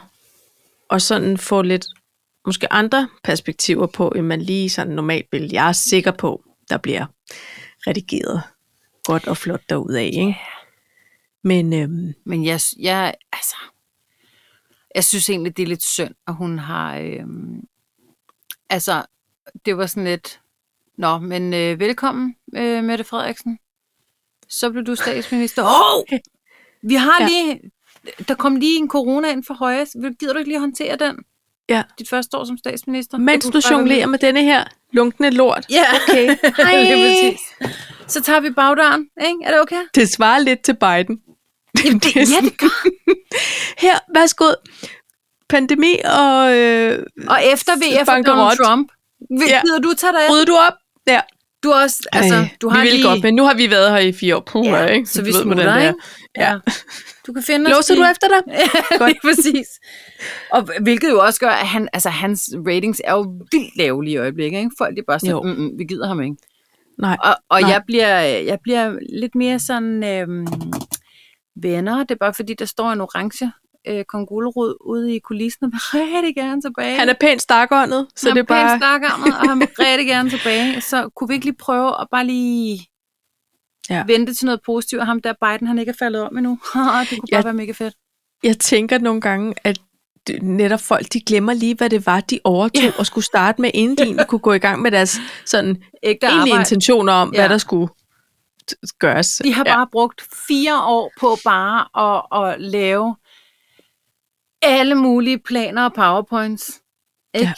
Speaker 1: og sådan få lidt måske andre perspektiver på, end man lige sådan normalt vil. Jeg er sikker på, der bliver redigeret godt og flot derudad, ikke? Men øhm,
Speaker 2: Men jeg, jeg, altså, jeg synes egentlig, det er lidt synd, at hun har... Øhm, altså, det var sådan lidt... Nå, men øh, velkommen, øh, Mette Frederiksen. Så blev du statsminister. Hov! Vi har
Speaker 1: Ja.
Speaker 2: lige... Der kom lige en corona ind for højre. Vil- Gider du ikke lige håndtere den?
Speaker 1: Ja.
Speaker 2: Dit første år som statsminister?
Speaker 1: mens
Speaker 2: Det
Speaker 1: du
Speaker 2: kunne bare være
Speaker 1: jonglerer med denne her lunkne lort,
Speaker 2: lidt- Ja,
Speaker 1: okay, hej.
Speaker 2: [laughs] lige præcis. Så tager vi bagdøren, ikke? Er det
Speaker 1: [laughs]
Speaker 2: okay?
Speaker 1: det svarer lidt til Biden. [laughs]
Speaker 2: Jamen, det, ja, det gør.
Speaker 1: Her, værsgo, pandemi og øh,
Speaker 2: Og efter VF og Donald
Speaker 1: Bankerot.
Speaker 2: Trump. Vil,
Speaker 1: Ja.
Speaker 2: Gider du tage dig af
Speaker 1: rydder du op? Ja.
Speaker 2: Du er også, altså,
Speaker 1: Ej,
Speaker 2: du har
Speaker 1: Øh, vi vil
Speaker 2: lige...
Speaker 1: godt, men nu har vi været her i fire år. Puh, ja, ikke?
Speaker 2: Så
Speaker 1: Du
Speaker 2: vi
Speaker 1: ved, hvordan
Speaker 2: smutter,
Speaker 1: det er.
Speaker 2: ikke?
Speaker 1: Ja.
Speaker 2: Du kan
Speaker 1: [laughs]
Speaker 2: finde
Speaker 1: Låser
Speaker 2: [laughs]
Speaker 1: du efter dig?
Speaker 2: efter?
Speaker 1: Godt.
Speaker 2: Godt. præcis. Og hvilket jo også gør, at han, altså, hans ratings er jo vildt lave lige i øjeblikket. Ikke? Folk de er bare
Speaker 1: Jo.
Speaker 2: sådan, mm, mm, vi gider ham ikke.
Speaker 1: Nej.
Speaker 2: Og, og
Speaker 1: Nej.
Speaker 2: jeg, bliver, jeg bliver lidt mere sådan øhm, venner. Det er bare fordi, der står en orange øh, kong Gulerod ude i kulissen, og vil rigtig gerne tilbage.
Speaker 1: Han er pænt stakåndet, så
Speaker 2: han
Speaker 1: det er bare...
Speaker 2: stakarmet, og
Speaker 1: [laughs]
Speaker 2: han vil rigtig gerne tilbage. Så kunne vi ikke lige prøve at bare lige
Speaker 1: Ja.
Speaker 2: ja. vente til noget positivt, og ham der Biden, han ikke er faldet om endnu. [laughs] det kunne
Speaker 1: Ja.
Speaker 2: bare være mega fedt.
Speaker 1: Jeg tænker nogle gange, at det- netop folk, de glemmer lige, hvad det var, de overtog ja. og skulle starte med, inden de egentlig kunne gå i gang med deres
Speaker 2: [laughs]
Speaker 1: sådan,
Speaker 2: Ægte
Speaker 1: egentlige
Speaker 2: arbejde.
Speaker 1: intentioner om, ja. hvad
Speaker 2: Ja.
Speaker 1: der skulle t- gøres.
Speaker 2: De har bare brugt fire år på bare at, at lave alle mulige planer og powerpoints. Ikke?
Speaker 1: Ja.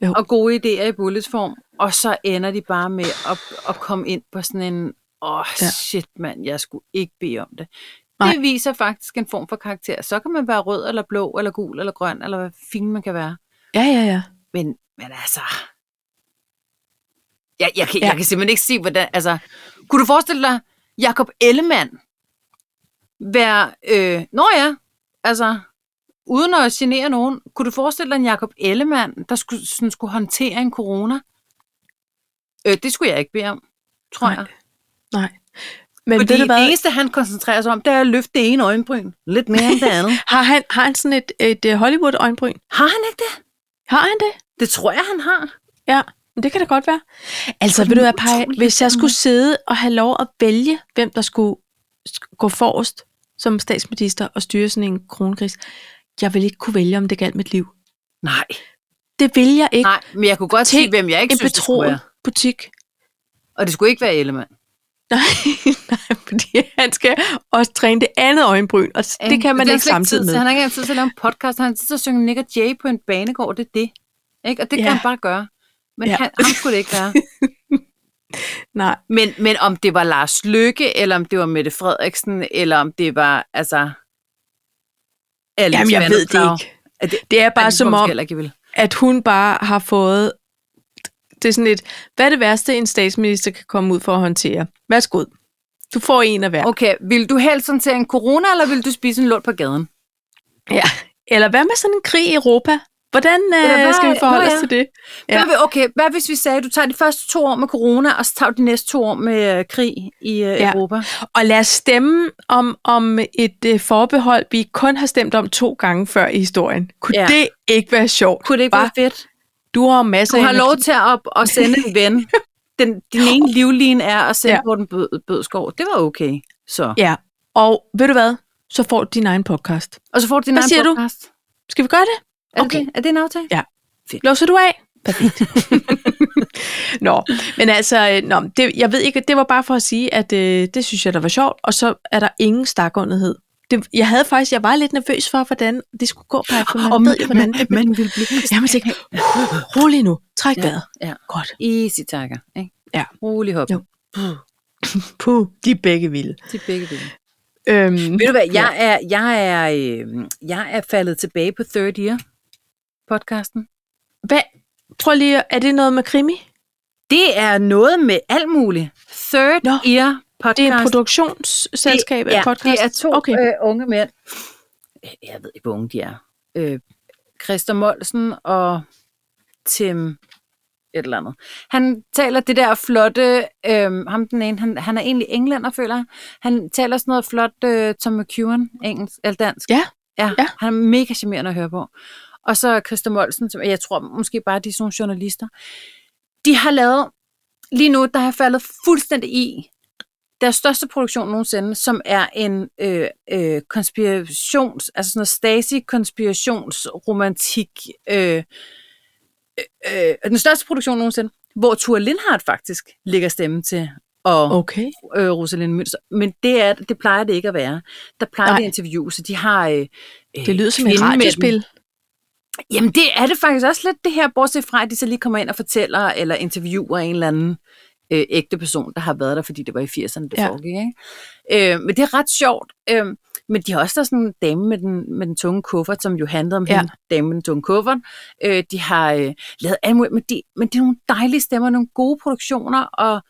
Speaker 2: Ja.
Speaker 1: Jo.
Speaker 2: Og gode idéer i bulletsform. Og så ender de bare med at, at komme ind på sådan en, åh oh,
Speaker 1: Ja.
Speaker 2: shit mand, jeg skulle ikke bede om det.
Speaker 1: Nej.
Speaker 2: Det viser faktisk en form for karakter. Så kan man være rød, eller blå, eller gul, eller grøn, eller hvad fint man kan være.
Speaker 1: Ja, ja, ja.
Speaker 2: Men, men altså... Jeg, jeg, kan,
Speaker 1: Ja.
Speaker 2: ja. jeg kan simpelthen ikke se, hvordan... Altså, kunne du forestille dig Jakob Ellemann være... Øh, nå ja, altså... Uden at genere nogen, kunne du forestille dig en Jakob Ellemann, der skulle, sådan, skulle håndtere en corona? Øh, det skulle jeg ikke bede om, tror
Speaker 1: Nej.
Speaker 2: jeg.
Speaker 1: Nej. Men
Speaker 2: Fordi
Speaker 1: ved du
Speaker 2: det
Speaker 1: hvad,
Speaker 2: eneste, han koncentrerer sig om, det er at løfte det ene øjenbryn. Lidt mere end det andet.
Speaker 1: har han, har han sådan et, et øh, Hollywood-øjenbryn?
Speaker 2: [laughs] Har han ikke det?
Speaker 1: Har han det?
Speaker 2: Det tror jeg, han har.
Speaker 1: Ja, men det kan da godt være. Altså,
Speaker 2: Det er
Speaker 1: ved du hvad,
Speaker 2: utroligt,
Speaker 1: Paj, hvis jeg
Speaker 2: den
Speaker 1: skulle sidde og have lov at vælge, hvem der skulle sk- gå forrest som statsminister og styre sådan en kronkris, jeg ville ikke kunne vælge, om det galt mit liv.
Speaker 2: Nej.
Speaker 1: Det vil jeg ikke.
Speaker 2: Nej, men jeg kunne godt se,
Speaker 1: Tænk,
Speaker 2: hvem jeg ikke
Speaker 1: en
Speaker 2: synes, det skulle
Speaker 1: betroet
Speaker 2: være.
Speaker 1: butik. [laughs]
Speaker 2: Og det skulle ikke være Ellemann.
Speaker 1: Nej, nej, fordi han skal også træne det andet øjenbryn, og s- det kan man
Speaker 2: har
Speaker 1: ikke
Speaker 2: slet tid
Speaker 1: samtidig
Speaker 2: til. Han
Speaker 1: med.
Speaker 2: har ikke engang tid til at lave en podcast. Han har tid til at synge Nick og Jay på en banegård. Det er det. Ikke? Og det ja.
Speaker 1: Ja.
Speaker 2: kan han bare gøre. Men
Speaker 1: Ja.
Speaker 2: ja. han, ham skulle det ikke være.
Speaker 1: Nej,
Speaker 2: [laughs] men, men om det var Lars Lykke, eller om det var Mette Frederiksen, eller om det var, altså... Alex
Speaker 1: jamen jeg ved det
Speaker 2: Vanopslagh.
Speaker 1: ikke.
Speaker 2: Er det,
Speaker 1: Det er
Speaker 2: Ej,
Speaker 1: bare
Speaker 2: det tror
Speaker 1: som
Speaker 2: jeg
Speaker 1: om,
Speaker 2: måske heller ikke, jeg vil.
Speaker 1: at hun bare har fået... Det er sådan lidt, hvad er det værste, en statsminister kan komme ud for at håndtere? Værsgo. Du får en af hver.
Speaker 2: Okay, vil du helst sådan til en corona, eller vil du spise en lort på gaden?
Speaker 1: Ja. Eller hvad med sådan en krig i Europa? Hvordan
Speaker 2: Eller
Speaker 1: øh,
Speaker 2: hvad-
Speaker 1: skal vi forholde
Speaker 2: Nå
Speaker 1: os
Speaker 2: ja.
Speaker 1: til det? Ja.
Speaker 2: Ja. Hvad, vil- okay, hvad hvis vi sagde, at du tager de første to år med corona, og så tager du de næste to år med øh, krig i øh,
Speaker 1: Ja.
Speaker 2: ja. Europa?
Speaker 1: Og lad os stemme om, om et øh, forbehold, vi kun har stemt om to gange før i historien. Kunne ja.
Speaker 2: Ja.
Speaker 1: det ikke være sjovt?
Speaker 2: Kunne det ikke
Speaker 1: Bare-
Speaker 2: være fedt?
Speaker 1: Du har masser
Speaker 2: Du har
Speaker 1: af
Speaker 2: lov til at, at sende en ven. Den, din ene livline er at sende
Speaker 1: Ja.
Speaker 2: ja. på den bød, bødskov. Det var okay. Så.
Speaker 1: Ja, og ved du hvad? Så får du din egen podcast.
Speaker 2: Og så får du din
Speaker 1: Hvad
Speaker 2: egen
Speaker 1: siger du?
Speaker 2: podcast.
Speaker 1: Skal vi gøre det?
Speaker 2: Er,
Speaker 1: Okay.
Speaker 2: okay. det, er det en aftale?
Speaker 1: Ja. Låser du af? Perfekt. [laughs] nå, men altså, øh, nå, men det, jeg ved ikke, det var bare for at sige, at øh, det synes jeg, der var sjovt, og så er der ingen stakåndighed. Det, jeg havde faktisk, jeg var lidt nervøs for, hvordan det skulle gå, bare, for man ved jo, hvordan det
Speaker 2: man vil blive...
Speaker 1: Ja, men tænkte, uh, rolig nu, træk
Speaker 2: Ja,
Speaker 1: vejret.
Speaker 2: ja.
Speaker 1: Godt.
Speaker 2: Easy takker, ikke?
Speaker 1: Ja.
Speaker 2: Rolig hop.
Speaker 1: Jo. Puh, de er begge vilde.
Speaker 2: Til begge dele.
Speaker 1: Øhm,
Speaker 2: Ved du hvad, jeg er, jeg er, øh, jeg er faldet tilbage på Third Year podcasten.
Speaker 1: hvad, prøv lige, er det noget med krimi?
Speaker 2: Det er noget med alt muligt. Third
Speaker 1: Nå,
Speaker 2: Year podcast.
Speaker 1: Det er et produktionsselskab
Speaker 2: det,
Speaker 1: af podcast?
Speaker 2: det er to
Speaker 1: Okay.
Speaker 2: okay. øh, unge mænd. Jeg ved ikke, hvor unge de er. Øh, Christer Molsen og Tim et eller andet. Han taler det der flotte, øh, ham den ene, han, han er egentlig englænder, føler jeg. Han taler sådan noget flot øh, Tom McEwan, engelsk, eller dansk.
Speaker 1: Ja,
Speaker 2: ja.
Speaker 1: ja.
Speaker 2: Han er mega charmerende at høre på. Og så Christer Molsen, som jeg tror måske bare, de er sådan nogle journalister. De har lavet, lige nu, der har jeg faldet fuldstændig i, deres største produktion nogensinde, som er en øh, øh, konspirations, altså sådan noget stasi-konspirationsromantik, øh, øh, øh, den største produktion nogensinde, hvor Tua Lindhardt faktisk ligger stemme til, og
Speaker 1: Okay.
Speaker 2: øh, Rosalind Mønster. Men det, er, det plejer det ikke at være. Der plejer
Speaker 1: Nej.
Speaker 2: det interview, så de har... Øh, øh,
Speaker 1: Det lyder som et
Speaker 2: kvinden med den.
Speaker 1: radiospil.
Speaker 2: Jamen, det er det faktisk også lidt det her, bortset fra, at de så lige kommer ind og fortæller eller interviewer en eller anden øh, ægte person, der har været der, fordi det var i 80'erne, det
Speaker 1: Ja.
Speaker 2: ja. foregik. Ikke? Øh, men det er ret sjovt. Øh, men de har også der sådan en dame med den, med den tunge kuffert, som jo handlede om
Speaker 1: Ja.
Speaker 2: ja. hende, dame med den tunge kuffert. Øh, de har øh, lavet alt muligt, men det, men det er nogle dejlige stemmer, nogle gode produktioner, og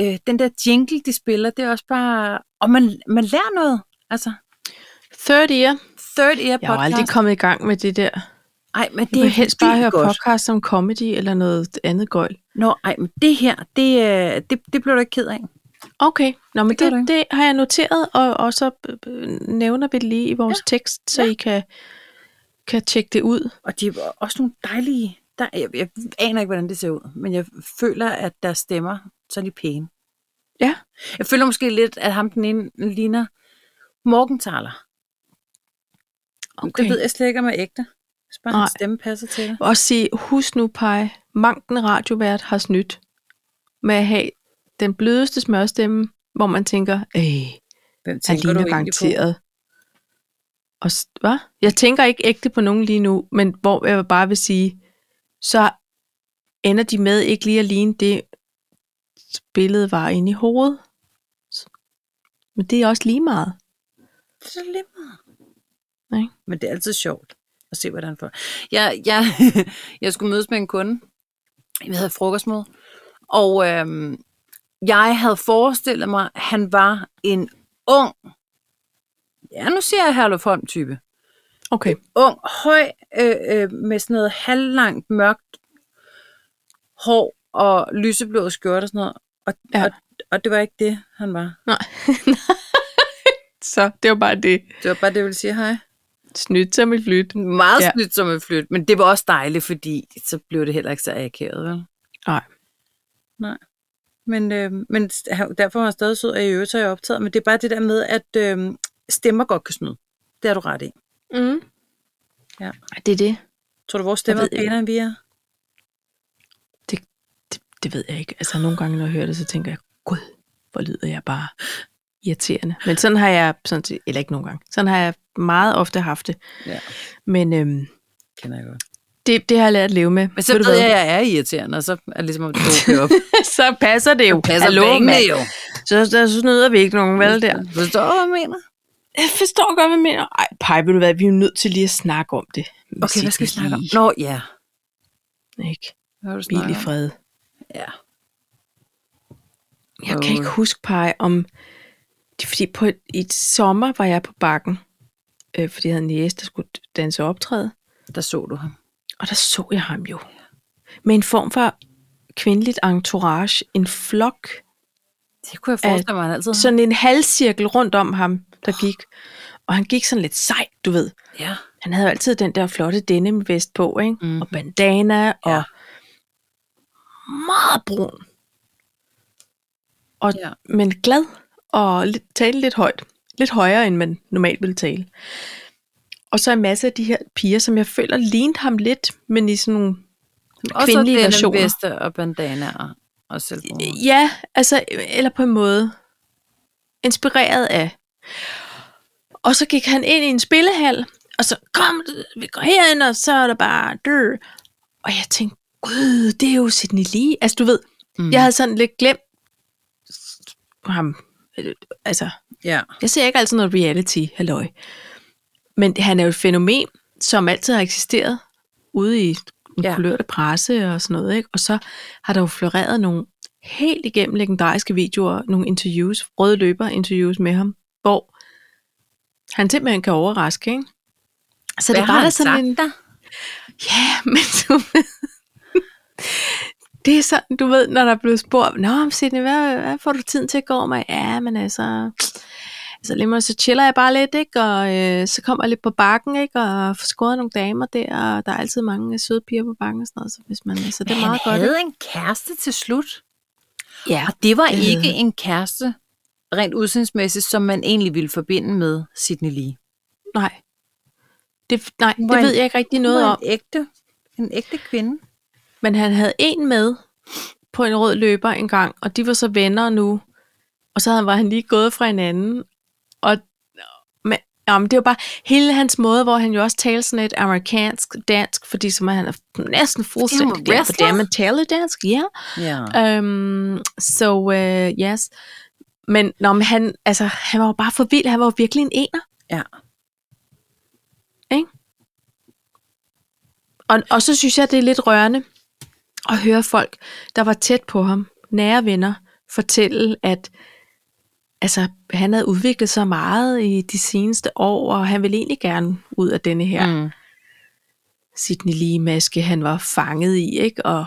Speaker 2: øh, den der jingle, de spiller, det er også bare... Og man, man lærer noget. Altså,
Speaker 1: Third year.
Speaker 2: third ear
Speaker 1: Jeg har jo aldrig
Speaker 2: podcast.
Speaker 1: kommet i gang med det der.
Speaker 2: Ej, men
Speaker 1: Det
Speaker 2: det er
Speaker 1: er helst bare
Speaker 2: vildt
Speaker 1: høre
Speaker 2: godt.
Speaker 1: podcast om comedy eller noget andet gøjl.
Speaker 2: Nå, ej, men det her, det, øh, det, det blev du ikke ked af.
Speaker 1: Okay, Nå, men
Speaker 2: Det gør
Speaker 1: det,
Speaker 2: du
Speaker 1: det,
Speaker 2: ikke.
Speaker 1: det har jeg noteret, og, og så øh, øh, nævner vi det lige i vores ja. tekst, så ja. I kan, kan tjekke det ud.
Speaker 2: Og de var også nogle dejlige... Der, jeg, jeg aner ikke, hvordan det ser ud, men jeg føler, at der stemmer, så er de pæne.
Speaker 1: Ja.
Speaker 2: Jeg føler måske lidt, at ham den ene ligner Morgenthaler. Okay.
Speaker 1: Okay.
Speaker 2: Det ved jeg slet ikke, om jeg er ægte. Så bare
Speaker 1: Nej.
Speaker 2: hans stemme passer til dig.
Speaker 1: Og sige, husk nu, Paj, manken radiovært har snydt med at have den blødeste smørstemme, hvor man tænker, øh,
Speaker 2: Hvem
Speaker 1: han
Speaker 2: tænker
Speaker 1: ligner
Speaker 2: du egentlig på?
Speaker 1: garanteret. Og, s- hvad? Jeg tænker ikke ægte på nogen lige nu, men hvor jeg bare vil sige, så ender de med ikke lige at ligne det billede var inde i hovedet. S- Men det er også lige meget.
Speaker 2: Så er det lige meget.
Speaker 1: Nej.
Speaker 2: Men det er altid sjovt at se, hvordan han får. Jeg, jeg, [laughs] jeg skulle mødes med en kunde. Vi havde frokostmøde. Og øhm, jeg havde forestillet mig, at han var en ung, ja, nu siger jeg Herluf Holm-type.
Speaker 1: Okay.
Speaker 2: Ung, høj, øh, øh, med sådan noget halvlangt, mørkt hår og lyseblå skjorte og sådan noget. Og,
Speaker 1: Ja.
Speaker 2: ja. og, og det var ikke det, han var.
Speaker 1: Så det var bare det.
Speaker 2: Det var bare det, jeg ville sige hej.
Speaker 1: Snydt som et flyt.
Speaker 2: Meget
Speaker 1: Ja.
Speaker 2: ja. snydt som et flyt, men det var også dejligt, fordi så blev det heller ikke så akavet, vel?
Speaker 1: Nej.
Speaker 2: Nej. Men, øh, men s- han- derfor var han stadig sød, og i øvrigt så er jeg optaget. Men det er bare det der med, at øh, stemmer godt kan snyde. Det har du ret i.
Speaker 1: Mm.
Speaker 2: Ja.
Speaker 1: Det er det.
Speaker 2: Tror du, vores stemmer er
Speaker 1: ved ikke.
Speaker 2: pænere, end vi er?
Speaker 1: det. Det ved jeg ikke. Altså nogle gange, når jeg hører det, så tænker jeg, gud, hvor lyder jeg bare irriterende. Men sådan har jeg, sådan set, eller ikke nogle gange, sådan har jeg meget ofte haft det.
Speaker 2: Ja.
Speaker 1: Men øhm,
Speaker 2: Kender jeg godt.
Speaker 1: det, det har jeg lært at leve med.
Speaker 2: Men så
Speaker 1: Ved
Speaker 2: ved,
Speaker 1: du
Speaker 2: ved
Speaker 1: hvad?
Speaker 2: jeg, at jeg er irriterende, og så er det ligesom, at det går [laughs] op.
Speaker 1: [laughs] så passer det jo.
Speaker 2: Passer
Speaker 1: Hallo,
Speaker 2: pengene
Speaker 1: mand.
Speaker 2: jo.
Speaker 1: Så, så, så snyder vi ikke nogen, vel der?
Speaker 2: Forstår du, hvad jeg mener?
Speaker 1: Jeg forstår godt, hvad du mener. Ej, Paj, ved du hvad, vi er jo nødt til lige at snakke om det.
Speaker 2: Okay, hvad skal vi snakke om?
Speaker 1: Nå.
Speaker 2: Nå, ja.
Speaker 1: Ikke?
Speaker 2: Hvad har du
Speaker 1: Hvil i
Speaker 2: snakket om?
Speaker 1: fred.
Speaker 2: Ja.
Speaker 1: Jeg kan
Speaker 2: Åh.
Speaker 1: ikke huske, Paj, om... Det er fordi på et, i et sommer var jeg på bakken, øh, fordi jeg havde en jæs, der skulle danse og optræde.
Speaker 2: Der så du ham.
Speaker 1: Og der så jeg ham jo. Med en form for kvindeligt entourage. En flok.
Speaker 2: Det kunne jeg forestille mig, han altid har.
Speaker 1: Sådan en halvcirkel rundt om ham, der gik. Og han gik sådan lidt sejt, du ved.
Speaker 2: Ja.
Speaker 1: Han havde jo altid den der flotte denimvest på, ikke? Mm.
Speaker 2: Mhm.
Speaker 1: Og bandana, ja. og
Speaker 2: Ja.
Speaker 1: meget brun. Og, ja.
Speaker 2: Ja.
Speaker 1: Men glad og lidt- tale lidt højt. Lidt højere, end man normalt ville tale. Og så en masse af de her piger, som jeg føler lignede ham lidt, men i sådan nogle kvindelige
Speaker 2: Også
Speaker 1: versioner.
Speaker 2: den bedste og bandanaer og selvbruger.
Speaker 1: Ja, altså, eller på en måde inspireret af. Og så gik han ind i en spillehal, og så, kom, vi går herind, og så er der bare dør. Og jeg tænkte, gud, det er jo Sidney Lee. Altså, du ved, mm. jeg havde sådan lidt glemt ham. Altså,
Speaker 2: Ja.
Speaker 1: jeg ser ikke altid noget reality, halløj. Men han er jo et fænomen, som altid har eksisteret ude i den
Speaker 2: Ja.
Speaker 1: ja. kulørte presse og sådan noget. Ikke? Og så har der jo floreret nogle helt igennem legendariske videoer, nogle interviews, røde løber interviews med ham, hvor han simpelthen kan overraske, ikke? Så
Speaker 2: Hvad
Speaker 1: det
Speaker 2: har
Speaker 1: var der
Speaker 2: han
Speaker 1: sådan
Speaker 2: sagt
Speaker 1: en...
Speaker 2: der?
Speaker 1: Ja, [laughs] men du ved, det er sådan, du ved, når der er blevet spurgt, Nå, men Sydney, hvad, hvad får du tiden til at gå over mig? Ja, men altså, altså lige måde, så chiller jeg bare lidt, ikke? Og øh, så kommer jeg lidt på bakken, ikke? Og får scoret nogle damer der, og der er altid mange øh, søde piger på bakken og sådan noget, så hvis man, altså, det er meget
Speaker 2: han
Speaker 1: godt.
Speaker 2: havde en kæreste til slut.
Speaker 1: ikke? Ja,
Speaker 2: Og det var
Speaker 1: Det
Speaker 2: ikke
Speaker 1: havde
Speaker 2: en kæreste, rent udsendsmæssigt, som man egentlig ville forbinde med Sidney Lee.
Speaker 1: nej. Det, nej,
Speaker 2: Hun
Speaker 1: det
Speaker 2: var en-
Speaker 1: ved jeg ikke rigtig
Speaker 2: Hun
Speaker 1: noget
Speaker 2: var
Speaker 1: om.
Speaker 2: En ægte, en ægte kvinde.
Speaker 1: Men han havde en med på en rød løber engang, og de var så venner nu. Og så havde- var han lige gået fra hinanden. Og men, jamen, det var bare hele hans måde, hvor han jo også talte sådan lidt amerikansk, dansk, fordi som han er næsten fuldstændig der,
Speaker 2: wrestler?
Speaker 1: hvordan man taler dansk, ja.
Speaker 2: Ja.
Speaker 1: Um, so, uh, yes. Men, nå, men han, altså, han var jo bare for vild. Han var jo virkelig en ener.
Speaker 2: Ja.
Speaker 1: Ikke? Og, og så synes jeg, det er lidt rørende at høre folk, der var tæt på ham, nære venner, fortælle, at altså, han havde udviklet sig meget i de seneste år, og han ville egentlig gerne ud af denne her
Speaker 2: Mm.
Speaker 1: Sidney Lee-maske, han var fanget i, ikke? Og,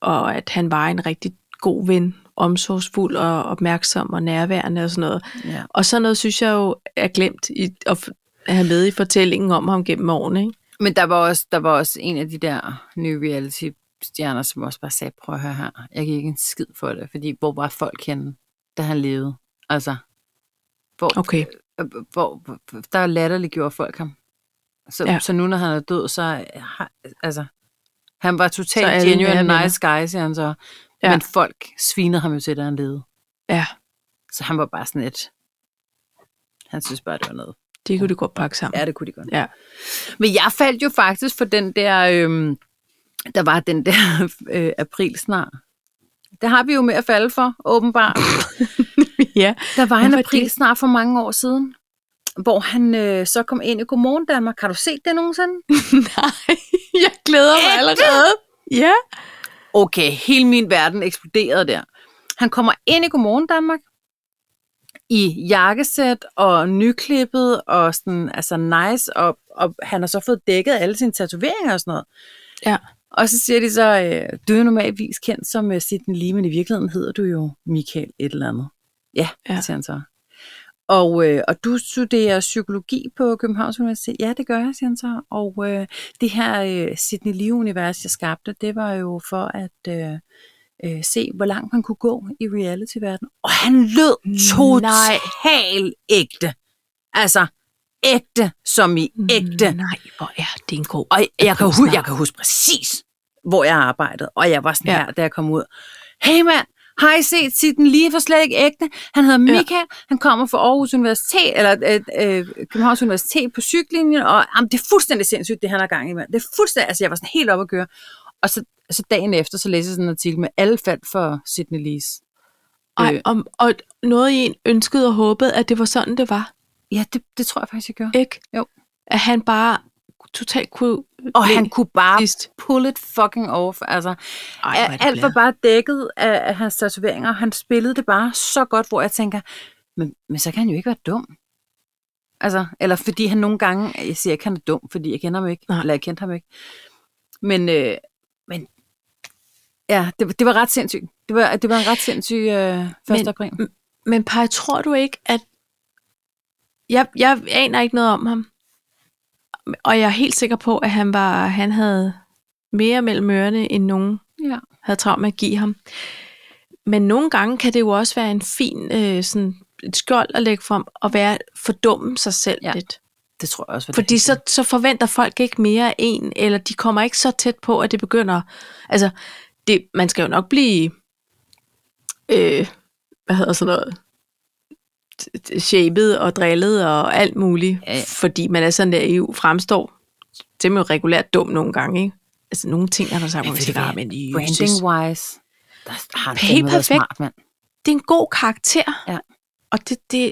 Speaker 1: og at han var en rigtig god ven, omsorgsfuld og opmærksom og nærværende og sådan noget.
Speaker 2: ja.
Speaker 1: Og sådan noget synes jeg jo er glemt i, at f- have med i fortællingen om ham gennem årene. Ikke?
Speaker 2: Men der var, også, der var også en af de der nye reality-stjerner, som også bare sagde, prøv at høre her, jeg gik ikke en skid for det, fordi hvor var folk henne, da han levede? Altså, hvor,
Speaker 1: Okay.
Speaker 2: øh, hvor, hvor der latterliggjorde folk ham. Så, ja.
Speaker 1: Ja.
Speaker 2: så nu, når han er død, så øh, har, altså, han var
Speaker 1: Så er
Speaker 2: totalt
Speaker 1: det nære
Speaker 2: genuine
Speaker 1: venner.
Speaker 2: nice guy, siger han så. Ja.
Speaker 1: Ja.
Speaker 2: Men folk svinede ham jo til, da han levede.
Speaker 1: Ja,
Speaker 2: Så han var bare sådan et... Han synes bare, det var noget.
Speaker 1: det kunne du godt pakke sammen.
Speaker 2: Ja, det kunne de godt.
Speaker 1: Ja.
Speaker 2: Men jeg faldt jo faktisk for den der, øhm, der [laughs] var den der øh, april snart. Det har vi jo med at falde for, åbenbart.
Speaker 1: [laughs] ja.
Speaker 2: Der var en
Speaker 1: Hvorfor
Speaker 2: april
Speaker 1: det?
Speaker 2: snart for mange år siden, hvor han øh, så kom ind i Godmorgen Danmark. Har du set det nogensinde?
Speaker 1: Nej, jeg glæder mig
Speaker 2: Ægte?
Speaker 1: allerede. Ja.
Speaker 2: Okay, hele min verden eksploderede der. Han kommer ind i Godmorgen Danmark i jakkesæt og nyklippet og sådan, altså nice, og, og han har så fået dækket alle sine tatoveringer og sådan noget.
Speaker 1: Ja.
Speaker 2: Og så siger de så, øh, du er jo normalvis kendt som øh, Sidney Lee, men i virkeligheden hedder du jo Michael et eller andet. Ja, ja.
Speaker 1: Ja.
Speaker 2: siger han så. Og, øh, og du studerer psykologi på Københavns Universitet? Ja, det gør jeg, siger han så. Og øh, det her øh, Sydney Lee-univers, jeg skabte, det var jo for at øh, øh, se, hvor langt man kunne gå i reality-verdenen. Og han lød totalt ægte. Altså, ægte som i
Speaker 1: Mm.
Speaker 2: ægte.
Speaker 1: Nej, hvor er det en god.
Speaker 2: Og jeg kan,
Speaker 1: Aprilsnar.
Speaker 2: huske, jeg kan huske præcis, hvor jeg arbejdede, og jeg var sådan ja.
Speaker 1: Ja.
Speaker 2: her, da jeg kom ud. Hey mand, har I set Sitten lige for slet ikke ægte? Han hedder
Speaker 1: Ja.
Speaker 2: Michael, ja. han kommer fra Aarhus Universitet, eller øh, øh, Københavns Universitet på cykellinjen, og jamen, det er fuldstændig sindssygt, det han har gang i, mand. Det er fuldstændig, altså jeg var sådan helt oppe at køre. Og så, så dagen efter, så læser jeg sådan en artikel med alle faldt for Øh. Sidney Lees.
Speaker 1: Ej, om, og noget i en ønskede og håbede, at det var sådan, det var.
Speaker 2: Ja, det, det tror jeg faktisk, jeg gjorde.
Speaker 1: Ikke?
Speaker 2: Jo.
Speaker 1: At han bare totalt kunne...
Speaker 2: Og han kunne bare
Speaker 1: sidst.
Speaker 2: pull it fucking off. Altså,
Speaker 1: Ej, hvor er
Speaker 2: Ej,
Speaker 1: det
Speaker 2: alt var
Speaker 1: glad.
Speaker 2: bare dækket af, af hans tatoveringer. Han spillede det bare så godt, hvor jeg tænker, men, men så kan han jo ikke være dum. Altså, eller fordi han nogle gange, jeg siger ikke, han er dum, fordi jeg kender ham ikke, Nej.
Speaker 1: Nej.
Speaker 2: eller jeg kendte ham ikke. Men, øh, men ja, det, det var ret sindssygt. Det var, det var en ret sindssyg øh, 1.
Speaker 1: Men-
Speaker 2: april.
Speaker 1: Men Paj, tror du ikke, at... Jeg, jeg aner ikke noget om ham. Og jeg er helt sikker på, at han, var, han havde mere mellem ørerne, end nogen
Speaker 2: Ja.
Speaker 1: havde travlt med at give ham. Men nogle gange kan det jo også være en fin øh, sådan et skjold at lægge frem, og være, fordumme sig selv
Speaker 2: Ja.
Speaker 1: ja. lidt.
Speaker 2: Det tror jeg også. var det,
Speaker 1: Fordi
Speaker 2: han
Speaker 1: så, så forventer folk ikke mere af en, eller de kommer ikke så tæt på, at det begynder. Altså, det, man skal jo nok blive, øh, hvad hedder sådan noget, t- t- shaped og drillet og alt muligt,
Speaker 2: Ja, ja.
Speaker 1: fordi man er så naiv, fremstår det er jo regulært dum nogle gange, ikke? Altså, nogle ting er der sagt, hvor man
Speaker 2: ved
Speaker 1: siger,
Speaker 2: du
Speaker 1: "Ah,
Speaker 2: hvad?
Speaker 1: men Jesus."
Speaker 2: Branding wise. Der har han
Speaker 1: Helt
Speaker 2: fandme været
Speaker 1: perfekt.
Speaker 2: smart, mand.
Speaker 1: det er en god karakter.
Speaker 2: Ja.
Speaker 1: Og det, det,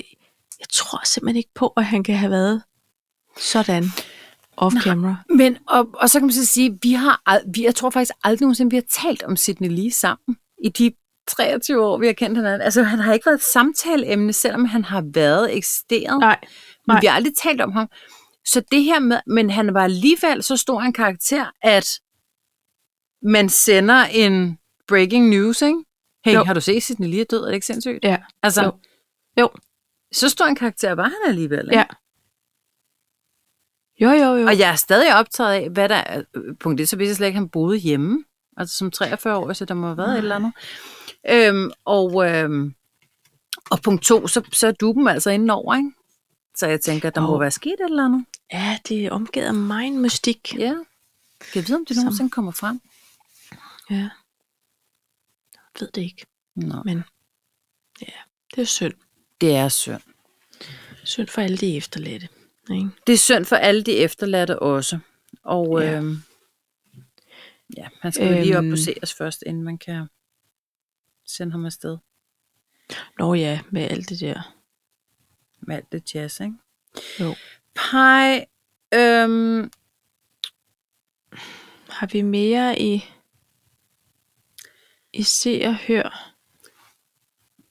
Speaker 1: jeg tror simpelthen ikke på, at han kan have været sådan off camera.
Speaker 2: Men, og, og så kan man så sige, vi har, ald- vi, jeg tror faktisk aldrig nogensinde, vi har talt om Sidney Lee sammen i de 23 år, vi har kendt hinanden. Altså, han har ikke været et samtaleemne, selvom han har været eksisteret.
Speaker 1: Nej,
Speaker 2: Men
Speaker 1: nej.
Speaker 2: vi har aldrig talt om ham. Så det her med, men han var alligevel så stor en karakter, at man sender en breaking news, ikke? Hey, jo.
Speaker 1: Jo.
Speaker 2: har du set Sidney Lee er død? Er det ikke sindssygt?
Speaker 1: Ja.
Speaker 2: Altså,
Speaker 1: Jo. Jo.
Speaker 2: så stor en karakter var han alligevel, ikke?
Speaker 1: Ja. Jo, jo, jo.
Speaker 2: Og jeg er stadig optaget af, hvad der er. øh, Punkt det, så vidste jeg slet ikke, at han boede hjemme. Altså som 43 år, så der må have været et eller andet. Øhm, og, øhm, og punkt to, så, så er duben altså indenover, ikke? Så jeg tænker, der må
Speaker 1: Jo.
Speaker 2: være sket et eller andet.
Speaker 1: Ja, det er omgivet af meget mystik.
Speaker 2: Ja. Kan jeg vide, om det
Speaker 1: Som-
Speaker 2: nogensinde kommer frem?
Speaker 1: Ja. Jeg ved det ikke.
Speaker 2: Nå,
Speaker 1: Det er synd.
Speaker 2: det er synd.
Speaker 1: Synd for alle de efterladte. Ikke?
Speaker 2: Det er synd for alle de efterladte også. Og
Speaker 1: Ja.
Speaker 2: ja, øhm, ja han skal øhm. lige op
Speaker 1: Øhm.
Speaker 2: og ses først, inden man kan sende ham afsted
Speaker 1: Nå ja, med alt det der.
Speaker 2: med alt det jazz, ikke?
Speaker 1: Jo.
Speaker 2: Pej, øhm,
Speaker 1: Har vi mere i, i se og hør?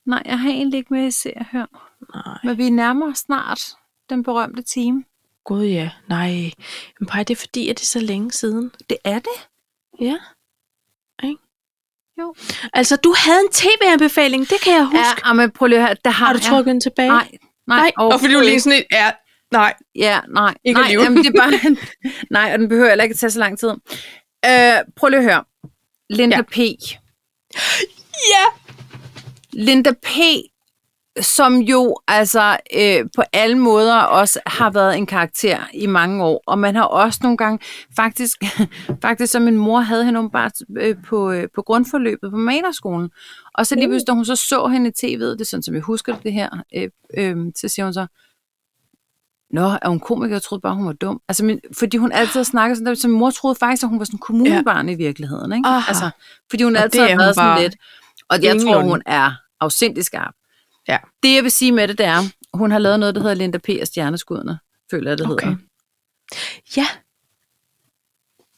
Speaker 2: Nej, jeg har egentlig ikke mere at se og høre.
Speaker 1: Nej.
Speaker 2: Men vi nærmer os snart den berømte time.
Speaker 1: Gud ja, nej. Men bare det er fordi, at det er så længe siden.
Speaker 2: Det er det.
Speaker 1: Ja. Ikke?
Speaker 2: Jo.
Speaker 1: Altså, du havde en tv-anbefaling, det kan jeg huske.
Speaker 2: Ja, ah, men prøv lige at høre. Der har,
Speaker 1: Har du
Speaker 2: jeg-
Speaker 1: trukket den tilbage?
Speaker 2: Nej, nej. overhovedet ikke.
Speaker 1: sådan et, ja, nej.
Speaker 2: Ja, nej.
Speaker 1: Ikke at
Speaker 2: nej,
Speaker 1: leve.
Speaker 2: jamen, det er bare, [laughs] nej, og den behøver heller ikke at tage så lang tid. Øh, prøv lige at høre. Linda ja. P.
Speaker 1: Ja!
Speaker 2: Linda P., som jo altså øh, på alle måder også har været en karakter i mange år, og man har også nogle gange, faktisk, [laughs] faktisk som min mor havde hende bare øh, på, øh, på grundforløbet på malerskolen, og
Speaker 1: Mm.
Speaker 2: så lige pludselig, da hun så så hende i tv'et, det er sådan, som jeg husker det her, øh, øh, så siger hun så, Nå, er hun komiker? Jeg troede bare, hun var dum. Altså, min, fordi hun altid snakker sådan der, så min mor troede faktisk, at hun var sådan kommunebarn ja. i virkeligheden. Ikke?
Speaker 1: Aha.
Speaker 2: Altså, fordi hun
Speaker 1: Og
Speaker 2: altid
Speaker 1: det er
Speaker 2: har
Speaker 1: hun
Speaker 2: været sådan
Speaker 1: bare
Speaker 2: lidt. Og jeg tror,
Speaker 1: ingenlunde.
Speaker 2: hun er afsindig skarp.
Speaker 1: Ja.
Speaker 2: Det, jeg vil sige med det, det er, hun har lavet noget, der hedder Linda P. og Stjerneskuddene, føler jeg, det okay.
Speaker 1: Okay.
Speaker 2: hedder.
Speaker 1: Ja.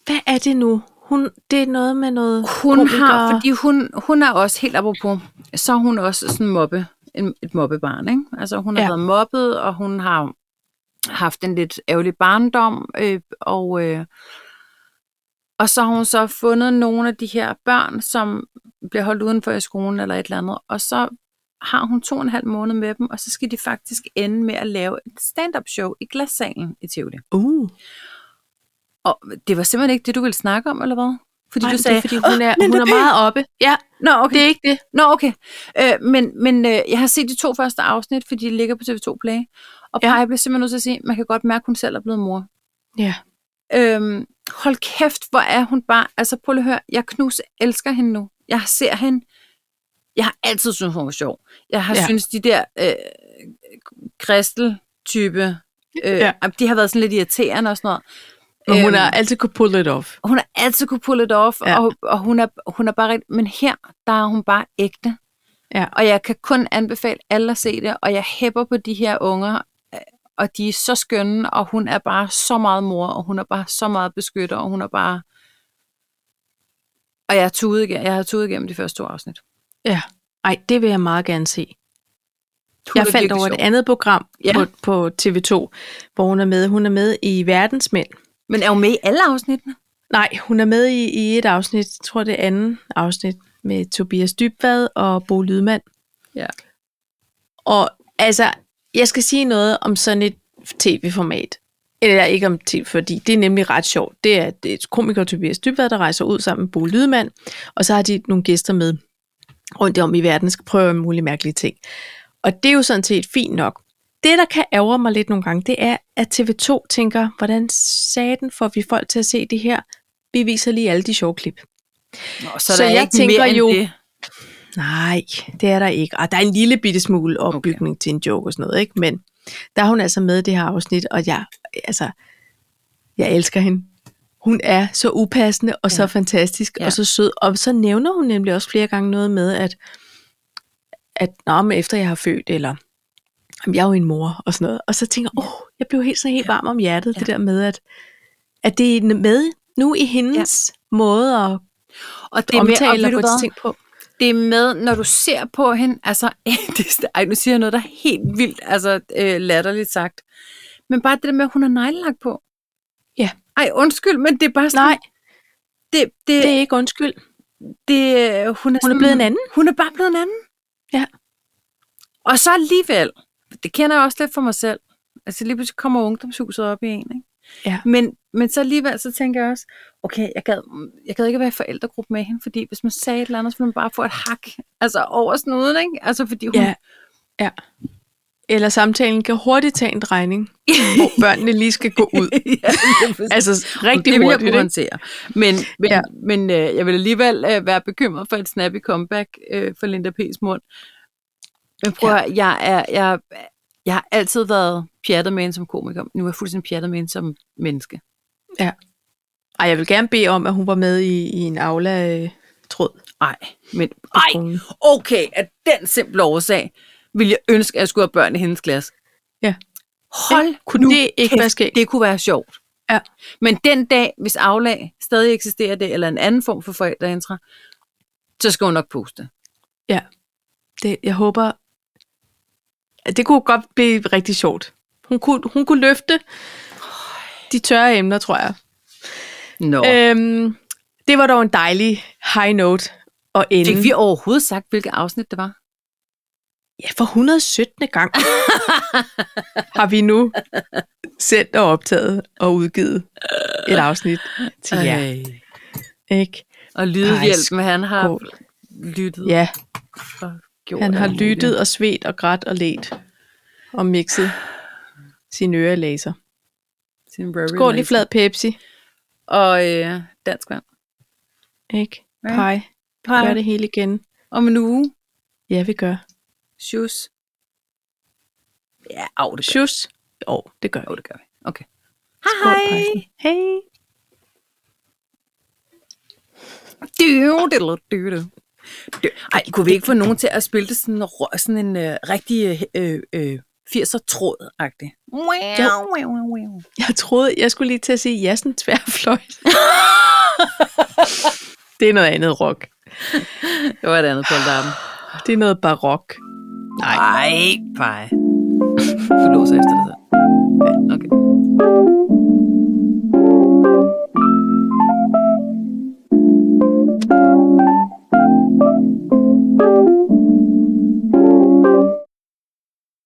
Speaker 1: Hvad er det nu? Hun, det er noget med noget
Speaker 2: Hun
Speaker 1: komikere.
Speaker 2: har, fordi hun, hun er også, helt apropos, så er hun også sådan mobbe, en, et mobbebarn, ikke? Altså, hun har ja.
Speaker 1: Ja.
Speaker 2: været mobbet, og hun har haft en lidt ærgerlig barndom, øh, og, øh, og så har hun så fundet nogle af de her børn, som bliver holdt udenfor i skolen eller et eller andet, og så har hun to og en halv måned med dem, og så skal de faktisk ende med at lave et stand-up show i glassalen i Tivoli.
Speaker 1: Uh.
Speaker 2: Og det var simpelthen ikke det, du ville snakke om, eller hvad? Fordi
Speaker 1: Nej,
Speaker 2: du
Speaker 1: men
Speaker 2: sagde,
Speaker 1: det er, fordi hun er, hun er meget oppe. Ja,
Speaker 2: Nå, okay.
Speaker 1: det er ikke det.
Speaker 2: Nå, okay. Øh, men men øh, jeg har set de to første afsnit, fordi de ligger på TV2 Play. Og ja.
Speaker 1: Ja.
Speaker 2: Paj blev simpelthen nødt til at sige, man kan godt mærke, at hun selv er blevet mor.
Speaker 1: Ja.
Speaker 2: Øhm, hold kæft, hvor er hun bare... Altså, prøv lige at høre, jeg knus elsker hende nu. Jeg ser hende. Jeg har altid syntes, hun var sjov. Jeg har ja.
Speaker 1: Ja.
Speaker 2: syntes, de der øh, kristel-type... Øh, ja.
Speaker 1: Ja.
Speaker 2: De har været sådan lidt irriterende og sådan noget.
Speaker 1: Men hun
Speaker 2: Øhm,
Speaker 1: har altid kunne pull it off.
Speaker 2: hun har altid kunne pull it off, ja.
Speaker 1: Ja.
Speaker 2: og, og hun, er, hun er bare rigt- men her, der er hun bare ægte.
Speaker 1: Ja.
Speaker 2: Og jeg kan kun anbefale alle at se det, og jeg hæpper på de her unger, øh, og de er så skønne, og hun er bare så meget mor, og hun er bare så meget beskytter, og hun er bare... Og jeg har tudet, igen- jeg har tudet igennem de første to afsnit.
Speaker 1: Ja. Ej, det vil jeg meget gerne se.
Speaker 2: Hun
Speaker 1: Jeg
Speaker 2: er
Speaker 1: faldt
Speaker 2: virkelig
Speaker 1: over
Speaker 2: sjov.
Speaker 1: et andet program
Speaker 2: Ja.
Speaker 1: ja. på, på TV2, hvor hun er med. Hun er med i Verdensmænd.
Speaker 2: Men er hun med i alle afsnittene?
Speaker 1: Nej, hun er med i, i et afsnit, jeg tror det er anden afsnit, med Tobias Dybvad og Bo Lydmand.
Speaker 2: Ja.
Speaker 1: Og altså, jeg skal sige noget om sådan et tv-format. Eller ikke om tv, fordi det er nemlig ret sjovt. Det er, det er komiker Tobias Dybvad, der rejser ud sammen med Bo Lydmand, og så har de nogle gæster med rundt om i verden, skal prøve alle mulige mærkelige ting. Og det er jo sådan set fint nok. Det, der kan ærge mig lidt nogle gange, det er, at TV2 tænker, hvordan saten får vi folk til at se det her? Vi viser lige alle de sjove klip.
Speaker 2: Nå,
Speaker 1: Så
Speaker 2: der er
Speaker 1: jeg
Speaker 2: ikke mere
Speaker 1: tænker
Speaker 2: end
Speaker 1: jo-
Speaker 2: det.
Speaker 1: Nej, det er der ikke. Og der er en lille bitte smule opbygning okay. til en joke og sådan noget, ikke? Men der er hun altså med i det her afsnit, og jeg, altså, jeg elsker hende. Hun er så upassende og så
Speaker 2: Ja.
Speaker 1: fantastisk
Speaker 2: Ja.
Speaker 1: og så sød. Og så nævner hun nemlig også flere gange noget med, at, at Nå, men efter jeg har født, eller "Jamen, jeg er jo en mor og sådan noget. Og så tænker jeg, åh, jeg blev helt så helt varm om hjertet, ja. det der med, at, at det er med nu i hendes ja. måde at
Speaker 2: Og det er med, og
Speaker 1: omtale
Speaker 2: ved
Speaker 1: og
Speaker 2: du
Speaker 1: gå
Speaker 2: hvad?
Speaker 1: til ting på.
Speaker 2: det er med, når du ser på hende, altså, [laughs] det, er- ej, nu siger jeg noget, der er helt vildt, altså øh, latterligt sagt. Men bare det der med, at hun har neglelak på.
Speaker 1: Ja.
Speaker 2: Ej, undskyld, men det er bare sådan,
Speaker 1: Nej,
Speaker 2: det, det,
Speaker 1: det
Speaker 2: det,
Speaker 1: er ikke undskyld.
Speaker 2: det, hun er, hun
Speaker 1: Hun er blevet en anden.
Speaker 2: Hun er bare blevet en anden.
Speaker 1: Ja.
Speaker 2: Og så alligevel, det kender jeg også lidt for mig selv. Altså lige pludselig kommer ungdomshuset op i en, ikke?
Speaker 1: Ja.
Speaker 2: Men, men så alligevel, så tænker jeg også, okay, jeg gad, jeg gad ikke være i forældregruppe med hende, fordi hvis man sagde et eller andet, så ville man bare få et hak, altså over snuden, ikke? Altså fordi hun,
Speaker 1: Ja. ja. Eller samtalen kan hurtigt tage en drejning,
Speaker 2: [laughs]
Speaker 1: hvor børnene lige skal gå ud.
Speaker 2: [laughs] ja,
Speaker 1: Altså rigtig
Speaker 2: det vil jeg
Speaker 1: hurtigt.
Speaker 2: kunne
Speaker 1: ikke?
Speaker 2: håndtere. Men, men,
Speaker 1: Ja.
Speaker 2: ja. men øh, jeg vil alligevel øh, være bekymret for et snappy comeback øh, for Linda P's mund. Men prøv ja. at, høre, jeg, er, jeg, jeg har altid været pjattet med hende som komiker. Nu er jeg fuldstændig pjattet med hende som menneske.
Speaker 1: Ej, jeg vil gerne bede om, at hun var med i, i en øh, aula-tråd.
Speaker 2: Ej, men ej, okay, at den simple årsag ville jeg ønske, at jeg skulle have børn i hendes klasse.
Speaker 1: Ja.
Speaker 2: Hold
Speaker 1: Ja, kunne
Speaker 2: nu
Speaker 1: det ikke
Speaker 2: kæft,
Speaker 1: være skægt?
Speaker 2: Det kunne være sjovt.
Speaker 1: Ja.
Speaker 2: Men den dag, hvis aflag stadig eksisterer det, eller en anden form for forældreintra, så skal hun nok poste.
Speaker 1: Ja. Det, jeg håber... at Det kunne godt blive rigtig sjovt. Hun kunne, hun kunne løfte de tørre emner, tror jeg.
Speaker 2: Nå. Øh,
Speaker 1: Øhm, det var dog en dejlig high note at ende.
Speaker 2: Fik vi overhovedet sagt, hvilket afsnit det var?
Speaker 1: Ja, for 117.
Speaker 2: [laughs]
Speaker 1: gang har vi nu sendt og optaget og udgivet et afsnit til jer.
Speaker 2: Ej.
Speaker 1: Ikke?
Speaker 2: Og lydhjælpen, han har
Speaker 1: skål.
Speaker 2: lyttet.
Speaker 1: Ja,
Speaker 2: og gjort
Speaker 1: han har
Speaker 2: alt muligt.
Speaker 1: lyttet og svedt og grædt og let og mixet sin øre i laser.
Speaker 2: Sin Rary
Speaker 1: Skål i
Speaker 2: Laser.
Speaker 1: flad Pepsi,
Speaker 2: Og øh, dansk vand.
Speaker 1: ikke?
Speaker 2: Ja.
Speaker 1: Pej, gør det hele igen.
Speaker 2: Om en uge.
Speaker 1: Ja, vi gør.
Speaker 2: Shoes. Ja, au, det gør
Speaker 1: Tjus. Jo, det gør
Speaker 2: vi.
Speaker 1: vi.
Speaker 2: Au, det gør vi. Okay.
Speaker 1: Skål, Pejsen. Hej.
Speaker 2: Du, du, du, du. Du. Ej, kunne vi ikke få nogen til at spille det sådan, en rå- sådan en øh, rigtig øh, øh, 80'er-tråd-agtig?
Speaker 1: Jeg troede, jeg skulle lige til at sige jassen
Speaker 2: [laughs]
Speaker 1: tværfløjt. det er noget andet rock.
Speaker 2: Det var et andet på alarmen.
Speaker 1: Det er noget barok. Nej.
Speaker 2: Nej, pej. Du låser efter dig selv. Ja, Okay.